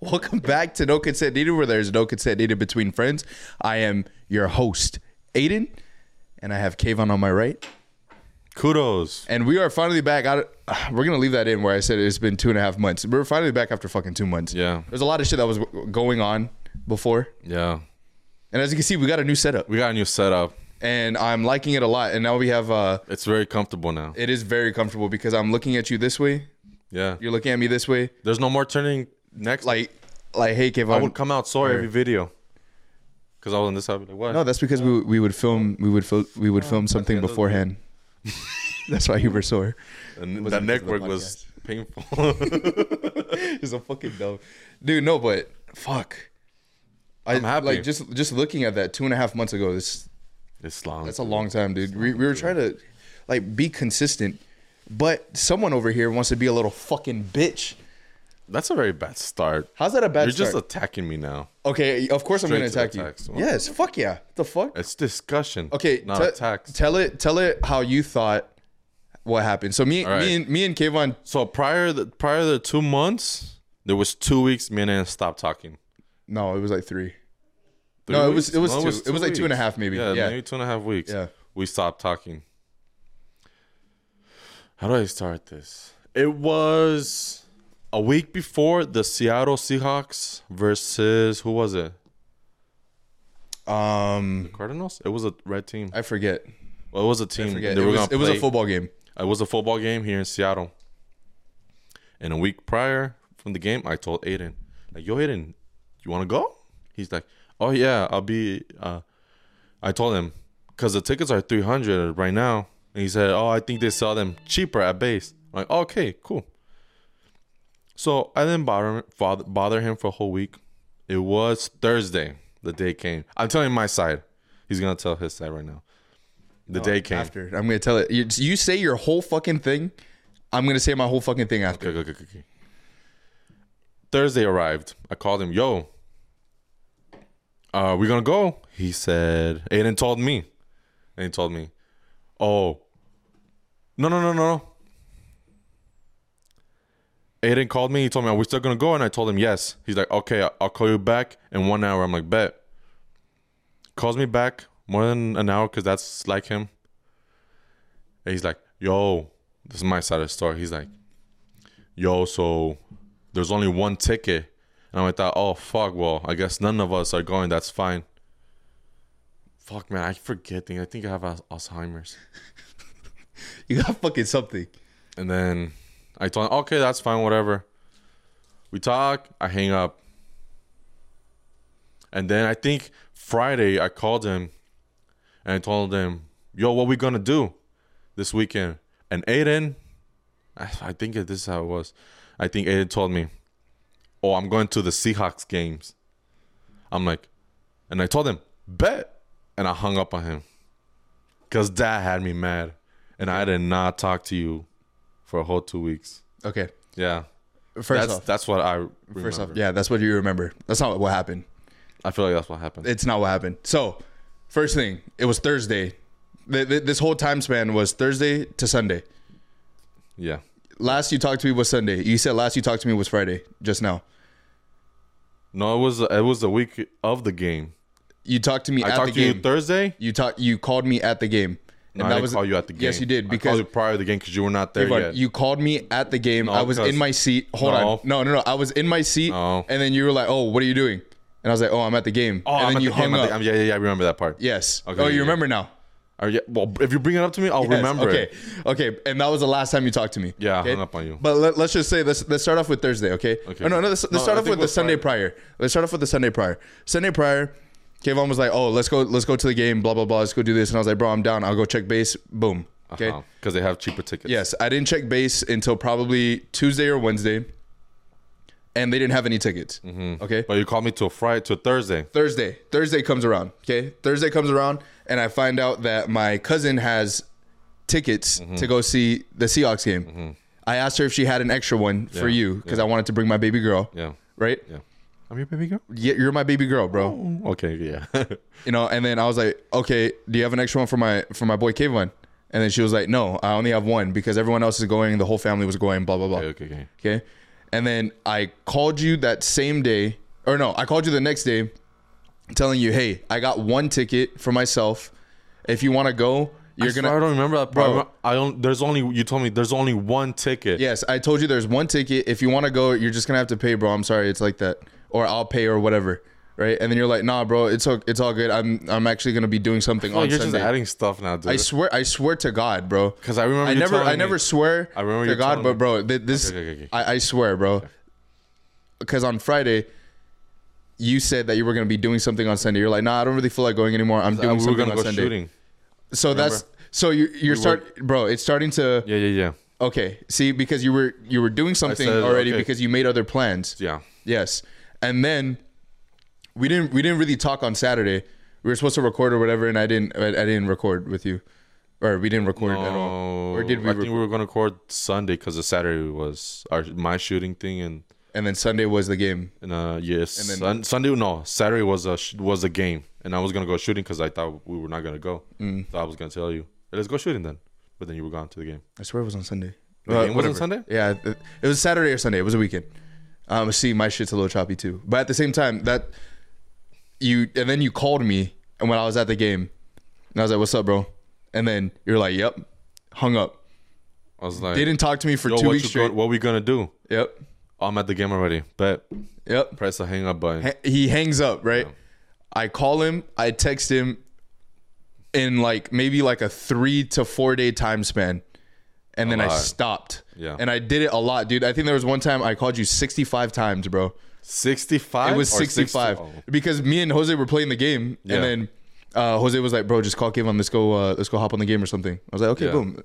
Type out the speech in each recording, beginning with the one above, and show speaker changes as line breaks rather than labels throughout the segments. Welcome back to No Consent Needed, where there's no consent needed between friends. I am your host, Aiden, and I have Kayvon on my right.
Kudos.
And we are finally back. I, uh, we're gonna leave that in where I said it's been two and a half months. We're finally back after fucking two months.
Yeah.
there's a lot of shit that was going on before,
Yeah.
and as you can see, we got a new setup,
We got a new setup.
and I'm liking it a lot. And now we have. uh
It's very comfortable now.
It is very comfortable because I'm looking at you this way.
Yeah.
You're looking at me this way.
There's no more turning next.
Like, like, hey,
I
Kayvon.
would come out sore every video. Cause I was on this side. I'd be Like, what?
No, that's because we we would film we would fil- we would film something beforehand. that's why you were sore.
and
was
that
because of the
network was painful.
It's a fucking dumb dude. No, but fuck. I, am
happy.
Like just just looking at that two and a half months ago. This
it's long.
that's a long time, dude. We, we were trying to like be consistent, but someone over here wants to be a little fucking bitch.
That's a very bad start.
How's that a bad
You're
start?
just attacking me now.
okay, of course I'm
Straight
gonna
to the
attack you.
attacks.
Yes, fuck yeah. The fuck.
It's discussion.
Okay,
Not
te-
attacks.
Tell it, tell it how you thought what happened. So me,
right.
me and me and Kayvon,
so prior the, prior to the two months, there was two weeks. Me and Ann stopped talking.
no, it was like three.
Three
No, it was- it was
No,
two- it was like two and a
weeks.
half maybe.
Yeah,
Yeah.
maybe two and a half weeks.
Yeah.
we stopped talking. How do I start this? It was a week before the Seattle Seahawks versus who was it?
Um,
Cardinals. It was a red team.
I forget.
Well, it was a team.
Forget.
They
It
were
was,
gonna
it was a
play.
football game.
It was a football game here in Seattle. And a week prior from the game, I told Aiden, like, yo, Aiden, you want to go? He's like, oh, yeah, I'll be. Uh, I told him, because the tickets are 300 right now. And he said, oh, I think they sell them cheaper at base. I'm like, okay, cool. So I didn't bother, bother, bother him for a whole week. It was Thursday. The day came. I'm telling my side. He's going to tell his side right now.
Oh,
The day came.
After I'm gonna tell it. You, you say your whole fucking thing. I'm gonna say my whole fucking thing after.
Okay, okay, okay, okay. Thursday arrived. I called him, yo, are we gonna go? He said, Aiden told me. And he told me, oh, no, no, no, no, no. Aiden called me. He told me, are we still gonna go? And I told him, yes. He's like, okay, I- I'll call you back in one hour. I'm like, bet. Calls me back more than an hour because that's like him. And he's like, yo, this is my side of the story. He's like, yo, so there's only one ticket. And I thought, oh, fuck, well, I guess none of us are going. That's fine. Fuck, man, I forget things. I think I have Al- Alzheimer's.
You got fucking something.
And then I told him, okay, that's fine, whatever. We talk, I hang up. And then I think Friday I called him and I told him, yo, what we gonna do this weekend? And Aiden, I I think this is how it was. I think Aiden told me, oh, I'm going to the Seahawks games. I'm like, and I told him, bet. And I hung up on him. Cause that had me mad. And I did not talk to you for a whole two weeks.
Okay.
Yeah.
First
that's
off,
that's what I remember.
first off, yeah, that's what you remember. That's not what happened.
I feel like that's what happened.
It's not what happened. So, first thing, it was Thursday. Th- th- this whole time span was Thursday to Sunday.
yeah.
Last you talked to me was Sunday. You said last you talked to me was Friday. Just now.
No, it was it was the week of the game.
You talked to me
I
at the
talked to you
game. You,
Thursday.
talked. You called me at the game.
No, I didn't call you at the game.
Yes, you did
I
because
called you prior to the game because you were not there
Ivan,
yet.
you called me at the game. I was
because-
in my seat. Hold on. No,
No.
no, no. I was in my seat,
No.
and then you were like, "Oh, what are you doing?" And I was like, "Oh, I'm at the game."
oh,
and
I'm
then
at
you
the game.
hung
I'm at
up.
the- I'm- yeah, yeah, yeah, I remember that part.
Yes.
Okay,
oh, you
yeah,
remember now.
Or yeah. Well, if you bring it up to me, I'll
Yes,
remember
Okay.
it.
Okay. And that was the last time you talked to me.
Yeah, I
okay?
hung up on you.
But let, us just say let's let's start off with Thursday, okay?
Okay.
Oh, no, no. Let's, let's
No,
start
I
off
think
with the
we'll
Sunday prior. Let's start off with the Sunday prior. Sunday prior, Kayvon was like, "Oh, let's go, let's go to the game. Blah blah blah. Let's go do this." And I was like, "Bro, I'm down. I'll go check base. Boom." Okay.
Because Oh, they have cheaper tickets.
Yes, I didn't check base until probably Tuesday or Wednesday, and they didn't have any tickets. Okay,
Mm-hmm. But you called me to a Friday to a Thursday.
Thursday. Thursday comes around. Okay, Thursday comes around, and I find out that my cousin has tickets
Mm-hmm.
to go see the Seahawks game. I asked her if she had an extra one for
Yeah,
you because
yeah.
I wanted to bring my baby girl.
Yeah.
Right?
Yeah. I'm your baby girl.
Yeah, you're my baby girl, bro.
Okay. Yeah. That's
you know and then i was like okay do you have an extra one for my for my boy Kayvon? and then she was like no i only have one because everyone else is going the whole family was going blah blah blah
Okay, okay, okay.
and then i called you that same day or no i called you the next day telling you hey i got one ticket for myself if you want to go you're
why I
gonna
don't remember that,
Bro.
bro. I don't. There's only. You told me there's only one ticket.
yes i told you there's one ticket if you want to go you're just gonna have to pay bro i'm sorry it's like that or i'll pay or whatever right and then you're like nah bro it's all, it's all good i'm i'm actually gonna be doing something
Oh,
on
you're
sunday
just adding stuff now, dude.
I swear, I swear to God, bro.
Because I remember.
I
you
never,
telling
I
me-
never swear
I remember
to
you
God,
telling
but
me.
bro, th- this,
Okay, okay, okay.
I, I swear, bro. Because on Friday, you said that you were gonna be doing something on Sunday. You're like, nah, I don't really feel like going anymore. I'm doing
we were
something
gonna
on
go
Sunday.
shooting.
So that's so you, you're start, bro. It's starting to
Yeah, yeah, yeah,
okay. See, because you were you were doing something
said,
already
okay.
because you made other plans.
yeah.
Yes, and then we didn't we didn't really talk on Saturday. We were supposed to record or whatever, and I didn't I, I didn't record with you, or we didn't record at all. Or did we?
Oh, I
re-
think we were gonna record Sunday because the Saturday was our my shooting thing and
and then Sunday was the game.
and uh yes
then-
Sun, Sunday no Saturday was a sh- was a game and I was gonna go shooting because I thought we were not gonna go.
Mm.
So I was gonna tell you let's go shooting then, but then you were gone to the game.
I swear it was on Sunday.
The game Uh, was on Sunday?
Yeah, th- it was Saturday or Sunday. It was a weekend. Um, see, my shit's a little choppy too. But at the same time, that you and then you called me, and when I was at the game, and I was like, "What's up, bro?" And then you're like, "Yep," hung up.
I was like,
They didn't talk to me for
Yo,
two
what,
weeks
you go-
straight.
what we gonna do?
Yep,
I'm at the game already. Bet
yep.
press the hang up button.
Ha- he hangs up right i call him i text him in like maybe like a three to four day time span and then i
lot.
stopped
Yeah.
and i did it a lot dude i think there was one time i called you 65 times bro
65.
it was
or 60
65
oh.
because me and jose were playing the game
Yeah.
and then uh, jose was like bro just call Kevin. let's go uh, let's go hop on the game or something i was like okay
Yeah.
boom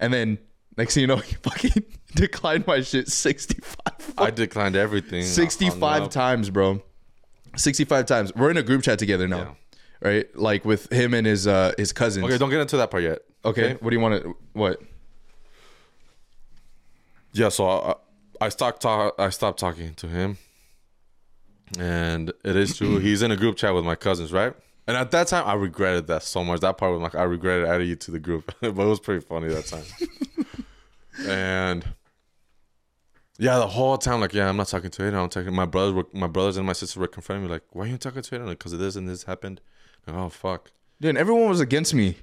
and then next thing you know he fucking declined my shit 65
I declined everything. I hung
65
up.
times, bro. 65 times. We're in a group chat together now. Right? Like with him and his uh his cousins.
Okay, don't get into that part yet.
Okay, What do you want to what?
yeah so i i stopped talk, i stopped talking to him and it is true he's in a group chat with my cousins right and at that time i regretted that so much that part was like i regretted adding you to the group but it was pretty funny that time and yeah the whole time like yeah i'm not talking to Aiden. i'm talking my brothers were, my brothers and my sister were confronting me like why are you talking to Aiden? like because of this and this happened Like, oh fuck
Dude, everyone was against me.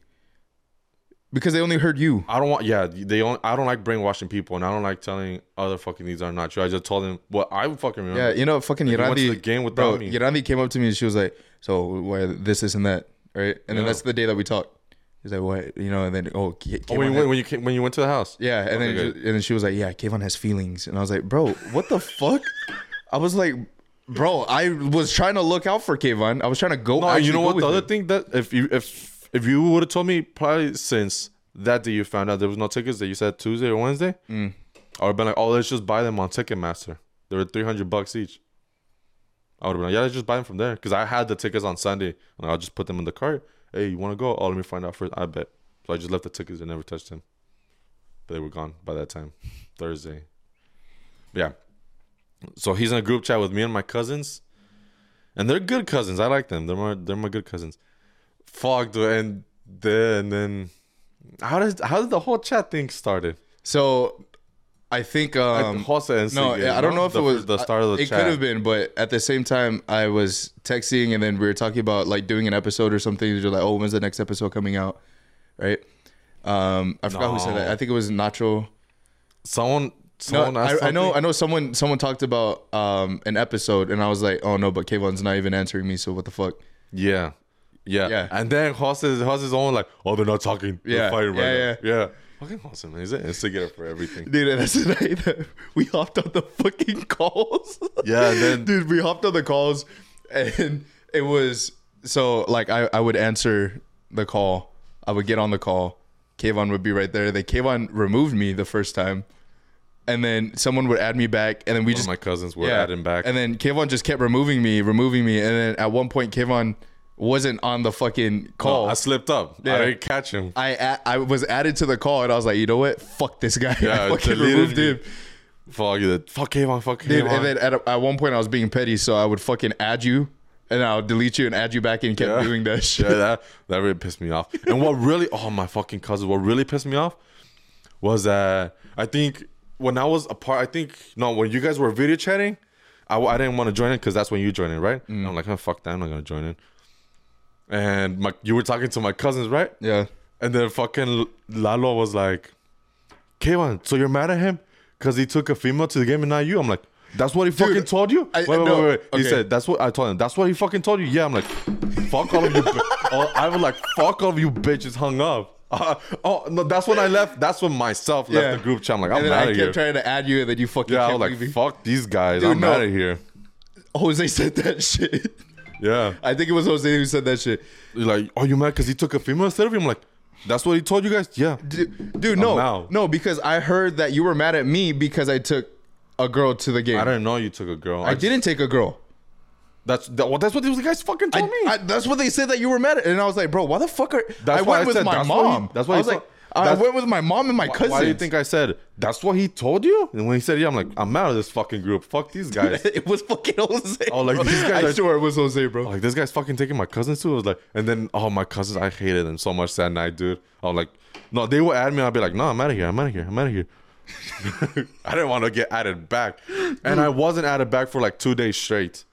Because they only heard you.
I don't want. Yeah, they don't. I don't like brainwashing people, and I don't like telling other fucking things are not true. I just told them what I fucking remember.
Yeah, you know, fucking
He went to
Yirandi
the game without
bro,
me.
Yirandi came up to me and she was like, "So why this, this, and that?" Right, and then
Yeah.
that's the day that we talked. He's like, "What?" You know, and then oh, K-
Oh,
Kayvon
when you
had-
went, when you came, when you went to the house.
Yeah, and
Okay,
then
good.
ju- and then she was like, "Yeah, Kayvon has feelings," and I was like, "Bro, what the fuck?" I was like, "Bro, I was trying to look out for Kayvon. I was trying to go."
No, you
actually
know
go
what?
with
The other
him.
thing that if you if if you would have told me probably since that day you found out there was no tickets that you said Tuesday or Wednesday,
Mm.
I would have been like, oh, let's just buy them on Ticketmaster. They were three hundred bucks each. I would have been like, yeah, let's just buy them from there because I had the tickets on Sunday and I'll just put them in the cart. Hey, you want to go? Oh, let me find out first. I bet. So I just left the tickets and never touched them. But they were gone by that time, Thursday. Yeah. So he's in a group chat with me and my cousins and they're good cousins. I like them. They're my they're my good cousins. Fuck, dude, and then and then how does how did the whole chat thing started?
So, I think um,
Jose and
no,
Siggy,
I don't know if
the,
it was
the start of the
it
chat.
could have been, but at the same time, I was texting, and then we were talking about like doing an episode or something. And you're like, "Oh, when's the next episode coming out?" Right? Um, I forgot who said
No.
that. I think it was Nacho.
Someone
No,
someone asked
I, I know, I
something.
know. Someone, someone talked about um, an episode, and I was like, "Oh no!" But Kayvon's not even answering me, so what the fuck?
Yeah. Yeah.
Yeah.
And then Jose's Jose's own like, oh they're not talking. They're
Yeah,
fighting right
yeah,
now. Yeah. Fucking Jose, man. He's an instigator for everything.
Dude, and that's the night that we hopped on the fucking calls.
Yeah, and then-
dude, we hopped on the calls, and it was so like I, I would answer the call, I would get on the call, Kayvon would be right there. Then Kayvon removed me the first time, and then someone would add me back, and then we just
my cousins were adding back.
and then Kayvon just kept removing me, removing me, and then at one point Kayvon wasn't on the fucking call.
Oh, I slipped up.
Oh. Yeah.
I didn't catch him.
I a- I was added to the call and I was like, you know what? Fuck this guy.
Yeah,
I fucking
deleted
removed
you.
him.
Fuck you. Fuck Kayvon. Fuck
Dude,
Kayvon.
and then at, at one point I was being petty, so I would fucking add you and I'll delete you and add you back and kept
Yeah.
doing that shit.
yeah, that that really pissed me off. And what really, oh my fucking cousin, what really pissed me off was that I think when I was apart, I think no, when you guys were video chatting, I, I didn't want to join in because that's when you joined in, right? I'm like, oh fuck that, I'm not gonna join in. And my, you were talking to my cousins, right?
Yeah.
And then fucking Lalo was like, K1, so you're mad at him because he took a female to the game and not you? I'm like, that's what he fucking told you?
I-
wait, wait,
no,
wait, wait. He
okay.
said, that's what I told him. That's what he fucking told you? Yeah, I'm like, fuck all of you. bi- all, I was like, fuck all of you bitches hung up. Uh, oh, no, that's when I left. That's when myself left
Yeah.
the group chat. I'm like, I'm
And then
out
I
of
kept
here.
trying to add you and then you fucking
yeah, I
kept
was like,
leaving.
fuck these guys.
Dude,
I'm
no.
out of here.
Jose said that shit.
Yeah.
I think it was Jose who said that shit.
You're like, oh, you mad because he took a female instead of you? I'm like, that's what he told you guys? Yeah.
Dude, dude no.
out.
No, because I heard that you were mad at me because I took a girl to the game.
I didn't know you took a girl.
I didn't take a girl.
That's that, well, that's what these guys fucking
I,
told me.
I- that's what they said that you were mad at, and I was like, bro, why the fuck are? I went
why I
with
said
my
that's what he-
mom.
that's what
I
he
was like.
thought-
I
that's-
went with my mom and my cousin.
Why do you think I said that's what he told you? And when he said yeah, I'm like, I'm out of this fucking group. Fuck these guys.
it was fucking Jose?
Oh, like,
bro.
these guys
I
are- Oh.
swear it was Jose, bro.
like this guy's fucking taking my cousins too. I was like, and then oh my cousins, I hated them so much that night, dude. I was like, no, they were at me. I'd be like, no, I'm out of here. I'm out of here. I'm out of here. I didn't want to get added back, and I wasn't added back for like two days straight.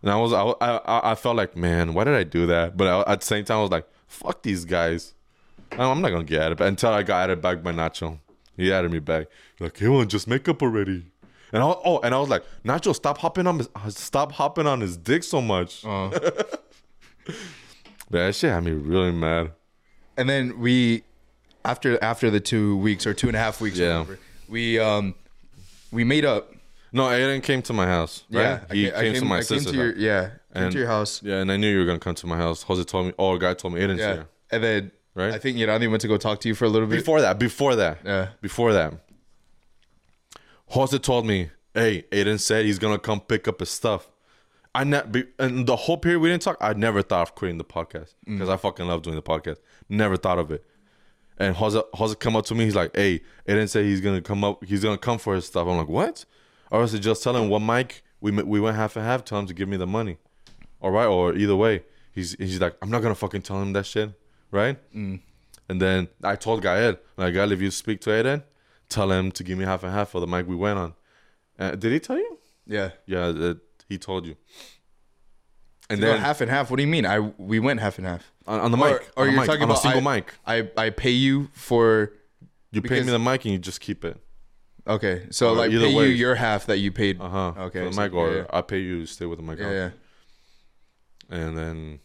And I was, I, I, I felt like, man, why did I do that? But I, at the same time, I was like, fuck these guys. I'm not gonna get added back until I got added back by Nacho. He added me back. Like, hey, man, just make up already. And I, oh, and I was like, Nacho, stop hopping on, his, stop hopping on his dick so much. that shit had me really mad.
and then we, after after the two weeks or two and a half weeks, or
Yeah.
whatever, we um, we made up.
No, Aiden came to my house. Right?
Yeah, I
he
ca- I
came, to my
I came
sister's
to your,
house.
yeah, came
And-
to your house.
Yeah, and I knew you were gonna come to my house. Jose told me. Oh, a guy told me Aiden's
Yeah.
here.
and then
Right?
I think Yirani went to go talk to you for a little bit.
Before that, before that,
Yeah.
before that, Jose told me, "Hey, Aiden said he's gonna come pick up his stuff." I ne- and the whole period we didn't talk, I never thought of quitting the podcast because I fucking love doing the podcast. Never thought of it. And Jose, Jose come up to me, he's like, "Hey, Aiden said he's gonna come up, he's gonna come for his stuff." I'm like, "What?" Or else just tell him what mic we m- we went half and half. Tell him to give me the money, all right? Or either way, he's he's like, "I'm not gonna fucking tell him that shit, right?" And then I told Gael, like, Gael, if you speak to Aiden, tell him to give me half and half for the mic we went on. Uh, did he tell you?
yeah,
Yeah, uh, he told you. And
No,
then
half and half. What do you mean? I we went half and half.
on, on the
Or-
mic,
or
on the
you're
mic,
talking
on
about
a single
I-
mic,
I I pay you for
you pay
because-
me the mic and you just keep it.
Okay, so
Or
like
either
pay you
way.
your half that you paid.
Uh huh.
Okay.
For the
so-
mic, or
yeah,
I pay you to stay with the mic. Ah.
yeah,
on.
yeah.
And then,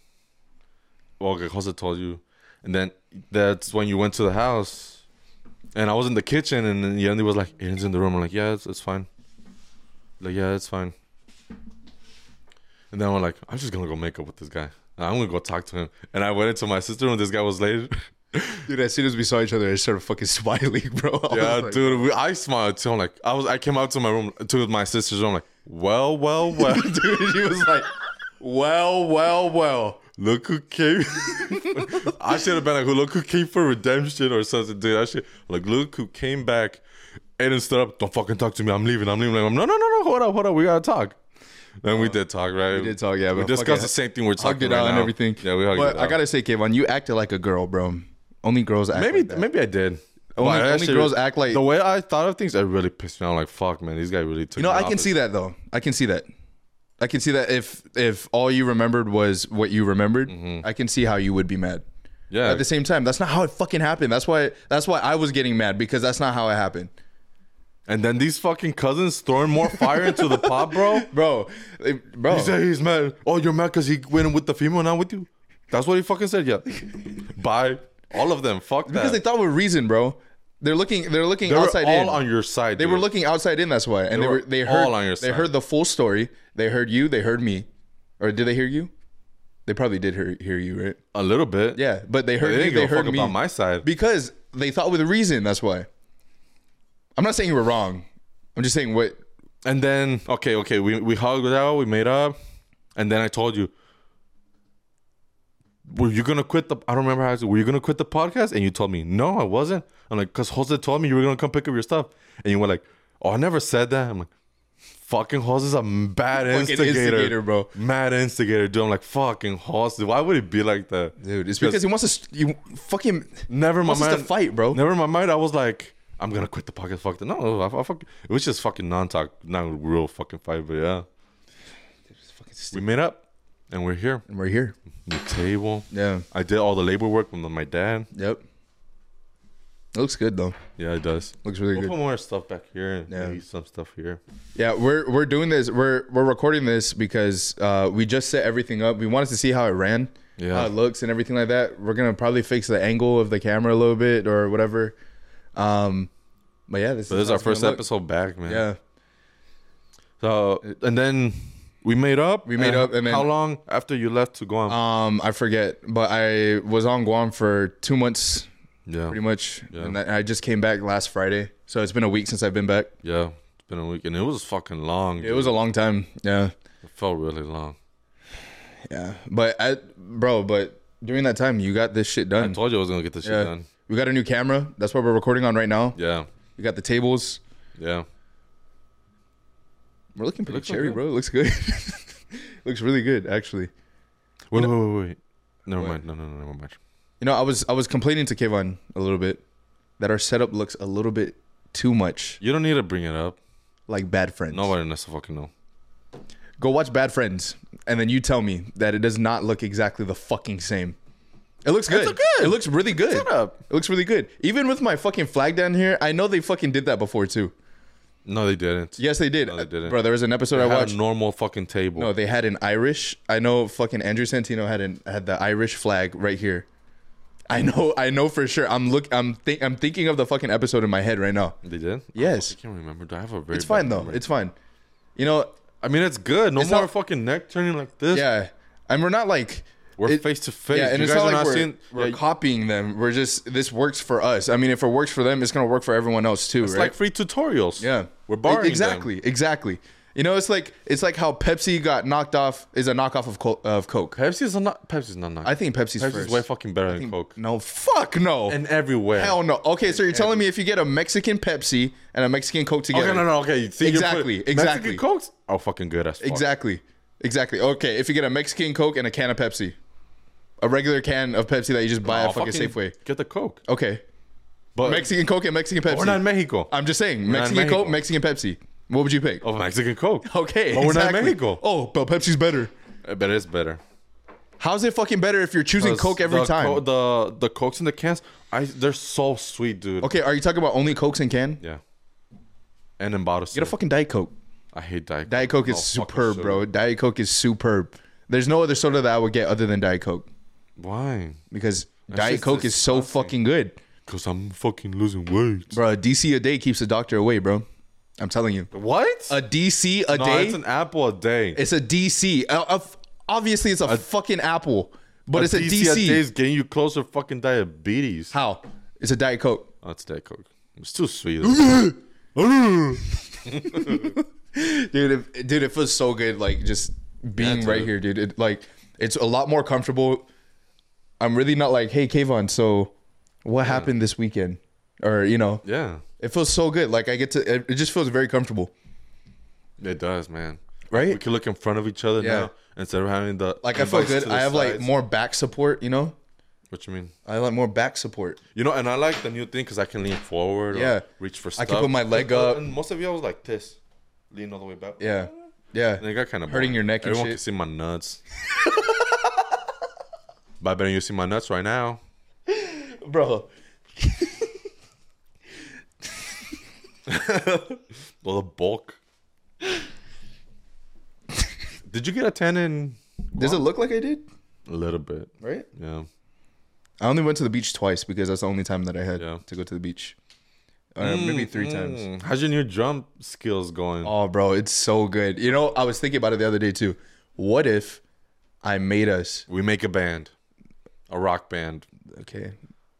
well, okay, Jose told you. And then that's when you went to the house, and I was in the kitchen, and then Yandy was like, "Aiden's in the room." I'm like, "Yeah, it's, it's fine." Like, yeah, it's fine. And then I'm like, I'm just gonna go make up with this guy. And I'm gonna go talk to him. And I went into my sister room. This guy was late.
Dude, as soon as we saw each other, I started fucking smiling, bro. I
yeah,
was like-
dude. We, I smiled too. I'm like, I was. I came out to my room to my sister's room. I'm like, well, well, well.
dude, she was like, "Well, well, well."
Look who came. I should have been like, look who came for redemption or something, dude. I should like, look who came back. Aiden stood up. Don't fucking talk to me. I'm leaving. I'm leaving. Like, no, no, no, no. Hold up, hold up. We gotta talk. Then we did talk, right? We
Uh, did talk, yeah,
we
but fuck
discussed
it.
the same thing. We're talking
Hugged it
right
out and
now.
everything.
Yeah, we hugged
But
it
I
out.
gotta say, Kayvon, you acted like a girl, bro. Only girls act.
maybe,
like that.
maybe I did.
Only-
Well,
only
actually-
girls act like-
the way I thought of things. It really pissed me. off. like, fuck, man, these guys really took.
You know,
me
I
off
can
it.
see that though. I can see that. I can see that if if all you remembered was what you remembered, I can see how you would be mad.
Mm-hmm. Yeah,
At the same time, that's not how it fucking happened. That's why that's why I was getting mad because that's not how it happened.
and then these fucking cousins throwing more fire into the pot, bro.
bro. eh, Bro,
He said he's mad. Oh, you're mad because he went with the female, not with you. That's what he fucking said. Yeah. Bye. All of them. Fuck that.
because they thought with reason, bro. They're looking. They're looking
They were
outside
all
in.
on your side.
they were looking outside in. That's why. And they
were
were. They heard.
all on your
they
side.
heard the full story. They heard you. They heard me. Or did they hear you? They probably did hear, hear you, right?
a little bit.
Yeah, but they heard
They
you.
didn't
They
give a
heard
fuck
me
about my side.
because they thought with reason. That's why. I'm not saying you were wrong. I'm just saying what.
And then okay, okay, we we hugged it out. We made up, and then I told you. were you gonna quit the? I don't remember how. I said, were you gonna quit the podcast? And you told me no, I wasn't. I'm like, cause Jose told me you were gonna come pick up your stuff, and you were like, oh, I never said that. I'm like, fucking Jose's a bad
Fucking
instigator.
instigator, bro.
Mad instigator, dude. I'm like, fucking Jose. Why would it be like that,
Dude, it's because he wants us. You fucking
Never in my
wants us
mind.
to fight, bro.
Never in my mind. I was like, I'm gonna quit the podcast. Fuck that. No, I, I fuck. It was just fucking non-talk, not a real fucking fight. But yeah, we made up, and we're here.
And we're here.
The table.
Yeah.
I did all the labor work from my dad.
Yep. It looks good though.
Yeah, it does.
Looks really
We'll
good.
put more stuff back here and
Yeah.
maybe some stuff here.
Yeah, we're we're doing this. We're we're recording this because uh, we just set everything up. We wanted to see how it ran,
Yeah.
how it looks, and everything like that. We're gonna probably fix the angle of the camera a little bit or whatever. Um, but yeah, this,
So this is
how
our
it's gonna
first
look.
episode back, man.
Yeah,
So and then we made up.
We made up, and then-
how long after you left to go on?
um, I forget, but I was on Guam for two months,
yeah.
pretty much,
Yeah.
and then I just came back last Friday. So it's been a week since I've been back.
Yeah. It's been a week and it was fucking long.
It was a long time. Yeah,
it felt really long.
yeah, but I, bro, but during that time, you got this shit
I
done.
told you I was gonna get this
Yeah.
shit done.
We got a new camera. That's what we're recording on right now.
Yeah.
We got the tables.
Yeah.
We're looking pretty
Looks
cherry,
okay.
bro. It looks good. looks really good, actually.
Wait, wait, wait, wait. Never
What?
mind. No, no, no, never mind.
You know, I was I was complaining to Kevon a little bit that our setup looks a little bit too much
You don't need to bring it up.
like Bad Friends.
Nobody needs to fucking know.
Go watch Bad Friends, and then you tell me that it does not look exactly the fucking same. It looks good.
good.
It looks really good.
Shut up.
It looks really good. Even with my fucking flag down here, I know they fucking did that before too.
No, they didn't.
Yes, they did.
No, they didn't.
Bro, there was an episode I
I
watched.
had a normal fucking table.
No, they had an Irish. I know fucking Andrew Santino had an had the Irish flag right here. I know, I know for sure. I'm look, I'm think, I'm thinking of the fucking episode in my head right now.
they did.
Yes.
I can't remember. Do I have a very
It's fine
bad
though.
memory?
It's fine. You know,
I mean, it's good. No
It's
more
not-
fucking neck turning like this.
yeah, and we're not like
We're
it-
face to face.
Yeah, and
you
it's not
guys are
like
not
we're,
seeing.
we're
yeah,
copying them. We're just this works for us. I mean, if it works for them, it's gonna work for everyone else too,
it's
right?
like free tutorials.
yeah,
we're borrowing
exactly, exactly. You know, it's like it's like how Pepsi got knocked off is a knockoff of Col- of Coke.
Them. Pepsi's not. Pepsi's not nice.
I think Pepsi's,
Pepsi's
first.
way fucking better than Coke.
No, fuck no.
And everywhere.
Hell no. Okay, so you're telling me if you get a Mexican Pepsi and a Mexican Coke together.
Okay, no, no, okay. See, you're putting-
Exactly, exactly.
Mexican Cokes are fucking good as fuck.
Exactly. Exactly. Okay, if you get a Mexican Coke and a can of Pepsi. A regular can of Pepsi that you just buy
I'll
at fucking, Safeway.
Get the Coke.
Okay.
But
Mexican Coke and Mexican Pepsi.
We're not in Mexico.
I'm just saying,
not in
Mexican Coke,
Mexico.
Mexican Pepsi. What would you pick?
oh, Mexican Coke.
Okay.
But we're not in
exactly.
Mexico.
Oh, but Pepsi's better.
I bet it's better.
How's it fucking better if you're choosing Coke every
the,
time?
Co- the the Cokes in the cans, I they're so sweet, dude.
okay, are you talking about only Cokes in can?
Yeah. And in bottles.
Get a fucking Diet Coke.
I hate Diet Coke.
Diet Coke is
No fucking
superb,
soda.
bro. Diet Coke is superb. There's no other soda that I would get other than Diet Coke
Why?
because Diet
shit's
Coke is so
disgusting.
fucking good.
Because I'm fucking losing weight.
Bro, a DC a day keeps the doctor away, bro. I'm telling you.
What?
A DC a
no,
day?
it's an apple a day.
it's a DC. A- a f- obviously, it's a, fucking apple, but it's a
a
DC.
day is getting you closer to fucking diabetes.
How? It's a Diet Coke.
oh, it's Diet Coke. It's too sweet.
dude, if, dude, it feels so good. Like just being
Yeah,
right
dude.
here, dude. It like it's a lot more comfortable. I'm really not like, hey, Kayvon. So, what happened this weekend? Or you know,
yeah,
it feels so good. Like I get to. It, it just feels very comfortable,
it does, man. We
right?
can look in front of each other
Yeah.
now instead of having the
Like I feel
device
good.
to the
I have like
sides.
more back support. You know,
What you mean?
I like more back support.
You know, and I like the new thing because I can lean forward.
Yeah.
or reach for
I
stuff.
can put my leg up.
And most of you, I was like this, lean all the way back.
Yeah, yeah.
and it got kind of
Hurting your neck and
Everyone
shit.
can see my nuts. By better you see my nuts right now.
bro.
Well, the bulk. Did you get a tan in?
Does it look like I did?
A little bit.
Right.
Yeah.
I only went to the beach twice because that's the only time that I had
Yeah.
to go to the beach. Uh, maybe three times.
Mm, How's your new jump skills going?
Mm-hmm. Oh, bro, it's so good. You know, I was thinking about it the other day too. What if I made us?
We make a band, a rock band.
Okay,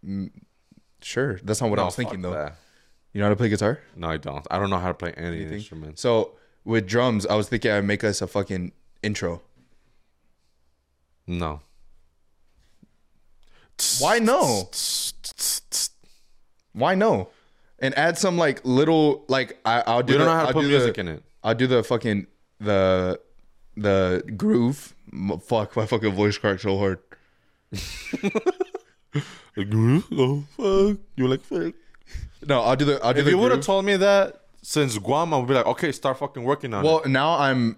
Mm, sure. That's not what I was thinking though.
Oh, That.
You know how to play guitar?
No, I don't. I don't know how to play any instruments.
So with drums, I was thinking I'd make us a fucking intro.
No.
Why no? Why no? And add some like little like I, I'll do.
We don't
the-
know how to
I'll
put
do
music
the,
in it.
I'll do the fucking the the groove. M- Fuck my fucking voice cracked so hard.
Like, oh fuck, you like fuck.
No, I'll do the I'll do
If
the
you would have
groove.
told me that since Guam, I would be like, okay, start fucking working on it.
well, now I'm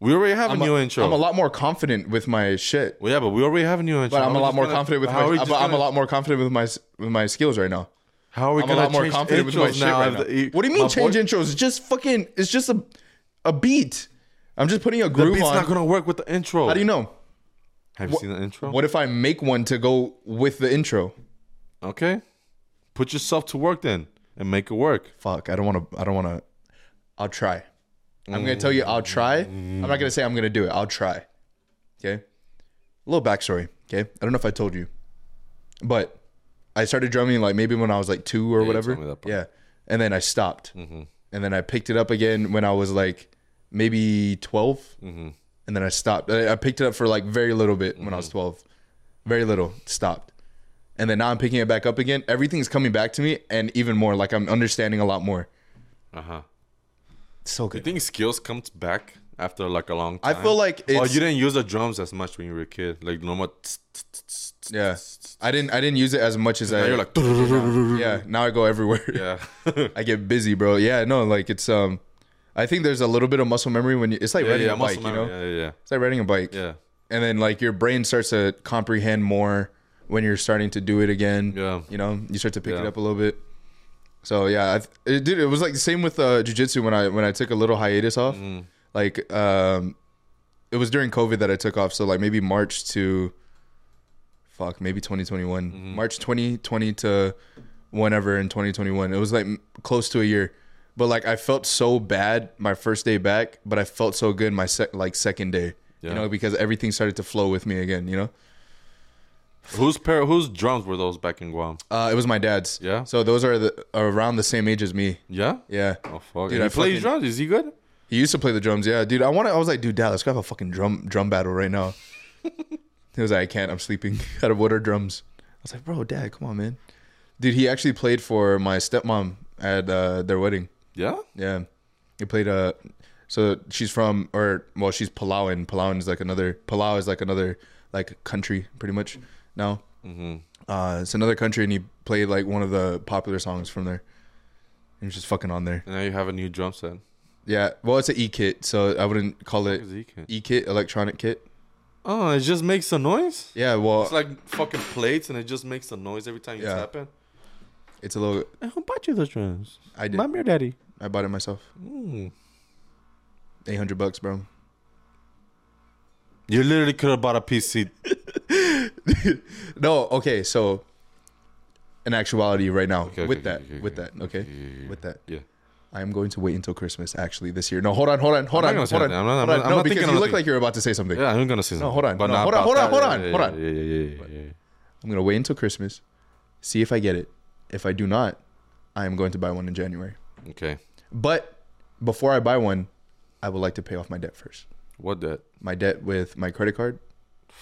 We already have
I'm
a new
a,
intro.
I'm a lot more confident with my shit.
well, yeah, but we already have a new intro.
But
How
I'm
are
a
we
lot
just
more
gonna-
confident with
how
my.
are we
I'm,
just
I'm a
gonna-
lot more confident with my s- with my skills right now.
How are we
I'm a
gonna
lot more
change
confident with
intros
my shit
now
right
if
now.
the- if
What do you mean
my
change
voice-
intros? It's just fucking. It's just a a beat. I'm just putting a
The
groove
beat's
on.
not gonna work with the intro.
How do you know?
have you seen the intro?
What if I make one to go with the intro?
Okay, put yourself to work then and make it work.
Fuck. I don't want to. I don't want to. I'll try. I'm gonna tell you. I'll try. I'm not gonna say I'm gonna do it. I'll try. Okay. A little backstory. Okay. I don't know if I told you, but I started drumming like maybe when I was like two or whatever.
told me that part. Mm-hmm.
Yeah. And then I stopped. And then I picked it up again when I was like maybe 12.
Mm-hmm.
And then I stopped. I I picked it up for like very little bit when I
Mm-hmm.
was 12. Very little. Stopped. And then now I'm picking it back up again. Everything's coming back to me and even more. Like I'm understanding a lot more.
Uh
Uh-huh.
huh.
So good.
You think skills comes back after like a long
I
time?
feel like
oh,
it's-
you didn't use the drums as much when you were a kid. Like normal. tss, tss, tss, tss,
Yeah.
tss, tss.
I didn't I didn't use it as much as I
Now you're like.
Yeah, now I go everywhere.
Yeah.
I get busy, bro. Yeah, no, like it's um I think there's a little bit of muscle memory when you it's like
Yeah,
riding
yeah,
a bike,
muscle
you know?
memory. Yeah,
It's like riding a bike.
yeah,
And then like your brain starts to comprehend more when you're starting to do it again.
Yeah.
You know, you start to pick it
Yeah.
up a little bit. So yeah, I th- it, dude, it was like the same with uh, jujitsu when I when I took a little hiatus off.
Mm-hmm.
Like um, it was during COVID that I took off. So like maybe March to, fuck, maybe 2021,
Mm-hmm.
March 2020 to whenever in 2021. It was like m- close to a year. But like I felt so bad my first day back, but I felt so good my sec- like second day.
Yeah.
You know, because everything started to flow with me again. You know.
yeah. Whose pair? Whose drums were those back in Guam?
Uh, it was my dad's.
Yeah?
So those are the are around the same age as me.
Yeah.
Yeah.
Oh
Dude,
fuck! Dude, he
I
plays drums. Is he good?
He used to play the drums. Yeah, dude. I want to. I was like, dude, dad, let's go have a fucking drum drum battle right now. he was like, I can't. I'm sleeping. Out of what are drums? I was like, bro, dad, come on, man. Dude, he actually played for my stepmom at uh, their wedding.
Yeah.
Yeah, he played. Uh, so she's from, or well, she's Palauan. Palauan is like another. Palau is like another like country, pretty much. Now,
Mm-hmm.
uh, it's another country, and he played like one of the popular songs from there. He was just fucking on there.
And now you have a new drum set.
Yeah. Well, it's an e kit, so I wouldn't call it
Is he good?
e kit, electronic kit.
Oh, it just makes a noise.
Yeah. Well,
It's like fucking plates, and it just makes a noise every time you
Yeah.
tap it.
it's a little.
And who bought you those drums?
I did.
Mom or daddy?
I bought it myself.
Mm.
Eight hundred bucks, bro.
You literally could have bought a PC.
No. Okay. So, in actuality, right now,
Okay, okay,
with
okay,
that,
okay,
with
okay.
that, okay,
yeah,
with that.
yeah.
I am going to wait until Christmas actually this year. No, hold on, hold on, hold on,
I'm not gonna
hold
say
on.
anything. I'm not-
hold
I'm
on.
not- I'm
no,
not
because
thinking
you
of
look
nothing.
like you were about to say something.
Yeah, I'm gonna say something.
hold on.
But
No,
not
hold on,
about
hold on,
that.
hold on,
Yeah, yeah,
hold on.
Yeah, yeah, yeah, yeah, yeah, yeah.
I'm gonna wait until Christmas, see if I get it. If I do not, I am going to buy one in January.
Okay.
But before I buy one, I would like to pay off my debt first.
What that?
My debt with my credit card.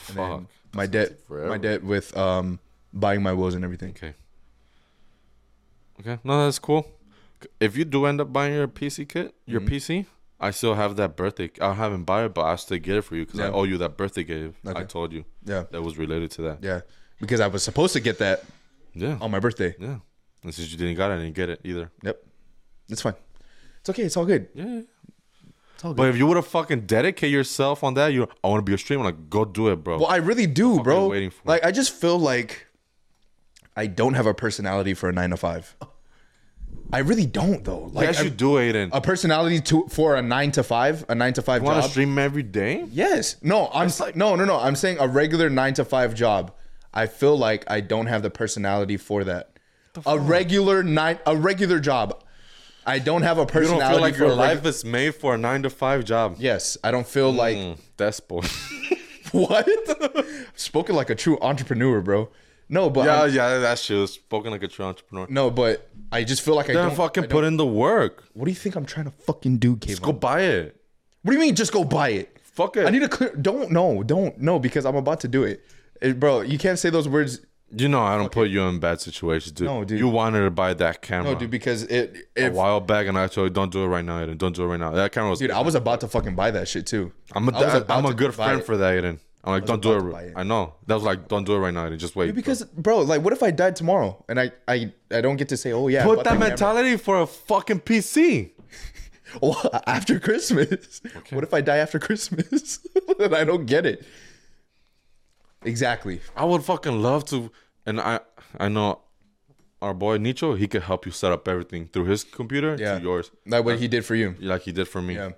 And
Fuck.
then my debt,
forever.
my debt with um buying my wills and everything.
Okay. Okay. No, that's cool. If you do end up buying your PC kit, your
Mhm.
PC, I still have that birthday. I haven't bought it, but I still get it for you because I
Yeah.
owe you that birthday gift. I
Okay.
told you
Yeah,
that was related to that.
yeah. Because I was supposed to get that
Yeah.
on my birthday.
Yeah. And since you didn't got it, I didn't get it either.
Yep, it's fine. It's okay. It's all good.
Yeah.
It's all good.
But if you would have fucking dedicate yourself on that, you I want to be a streamer. Like, go do it, bro.
Well, I really do, bro.
waiting for?
Like, I just feel like I don't have a personality for a nine to five. I really don't, though. Like,
yes,
I-
you do, Aiden.
a personality to for a nine to five, a nine to five
want
job.
to stream every day?
yes. No, I'm s- no, no, no. I'm saying a regular nine to five job. I feel like I don't have the personality for that. A regular nine, a regular job. I don't have a
You
personality
don't feel like
for
your
a regu-
life is made for a nine to five job.
Yes, I don't feel like
Mm, that's bull.
what. Spoken like a true entrepreneur, bro. No, but
yeah,
I'm-
yeah, that shit was spoken like a true entrepreneur.
No, but I just feel like I
Then
don't
fucking
I don't-
put in the work.
What do you think I'm trying to fucking do, Kayvon?
Go buy it.
What do you mean, just go buy it?
Fuck it.
I need to clear. Don't no, don't no, because I'm about to do it, Eh, bro. You can't say those words
You know I don't put you in bad situations, dude.
No, dude.
You wanted to buy that camera
No, dude, because it.
a
If,
while back, and I told you, don't do it right now, Aiden. Don't do it right now. That camera was.
dude, I was about to fucking buy that shit too.
I'm a,
I was
I
about
am a
to
good
buy
friend
it.
for that, Aiden. I'm like, don't
about to
do
buy
it.
it.
I know. That was like, don't do it right now, Aiden. Just wait.
Because, bro, like, what if I died tomorrow and I, I, I don't get to say, oh yeah, I
Put
bought
that
the camera.
mentality for a fucking PC.
Well, after Christmas. What if I die after Christmas and I don't get it? Exactly.
I would fucking love to, and I I know our boy Nicho. He could help you set up everything through his computer
Yeah.
to yours,
Like what he did for you.
like he did for me.
Yeah.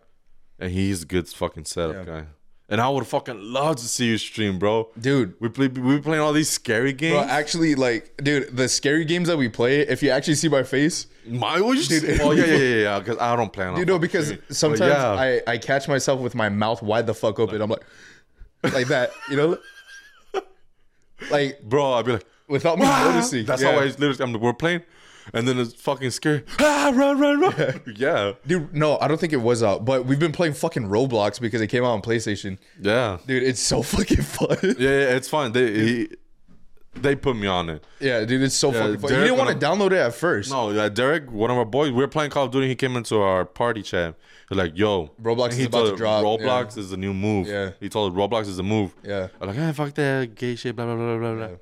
And he's a good fucking setup guy. And I would fucking love to see you stream, bro.
Dude.
we play we be playing all these scary
Bro,
games.
actually, like, dude, the scary games that we play, if you actually see my face,
My was dude. Oh yeah, yeah, yeah, yeah. Because I don't plan on.
you know,
fucking
because
streaming. But
sometimes
yeah.
I, I catch myself with my mouth wide the fuck open. I'm like, like that, you know? Like,
bro, I'd be like,
without me
"Ah!"
noticing.
That's
yeah.
how I literally. I'm like, we're playing, and then it's fucking scary. Ah, run, run, run. Yeah. yeah,
Dude, no, I don't think it was out, but we've been playing fucking Roblox because it came out on PlayStation.
yeah,
Dude, it's so fucking fun.
yeah. It's fine. They he, they put me on it.
Yeah, dude, it's so fucking fun. You
Derek
didn't want to
wanna-
download it at first.
No, uh, Derek, one of our boys, we were playing Call of Duty. He came into our party chat. He's like, "Yo,
Roblox
and
is
he
about to
told
drop,
Roblox is the new move."
Yeah.
he told us Roblox is the move.
Yeah.
I'm like, "Ah, fuck that gay shit." Blah blah blah blah blah.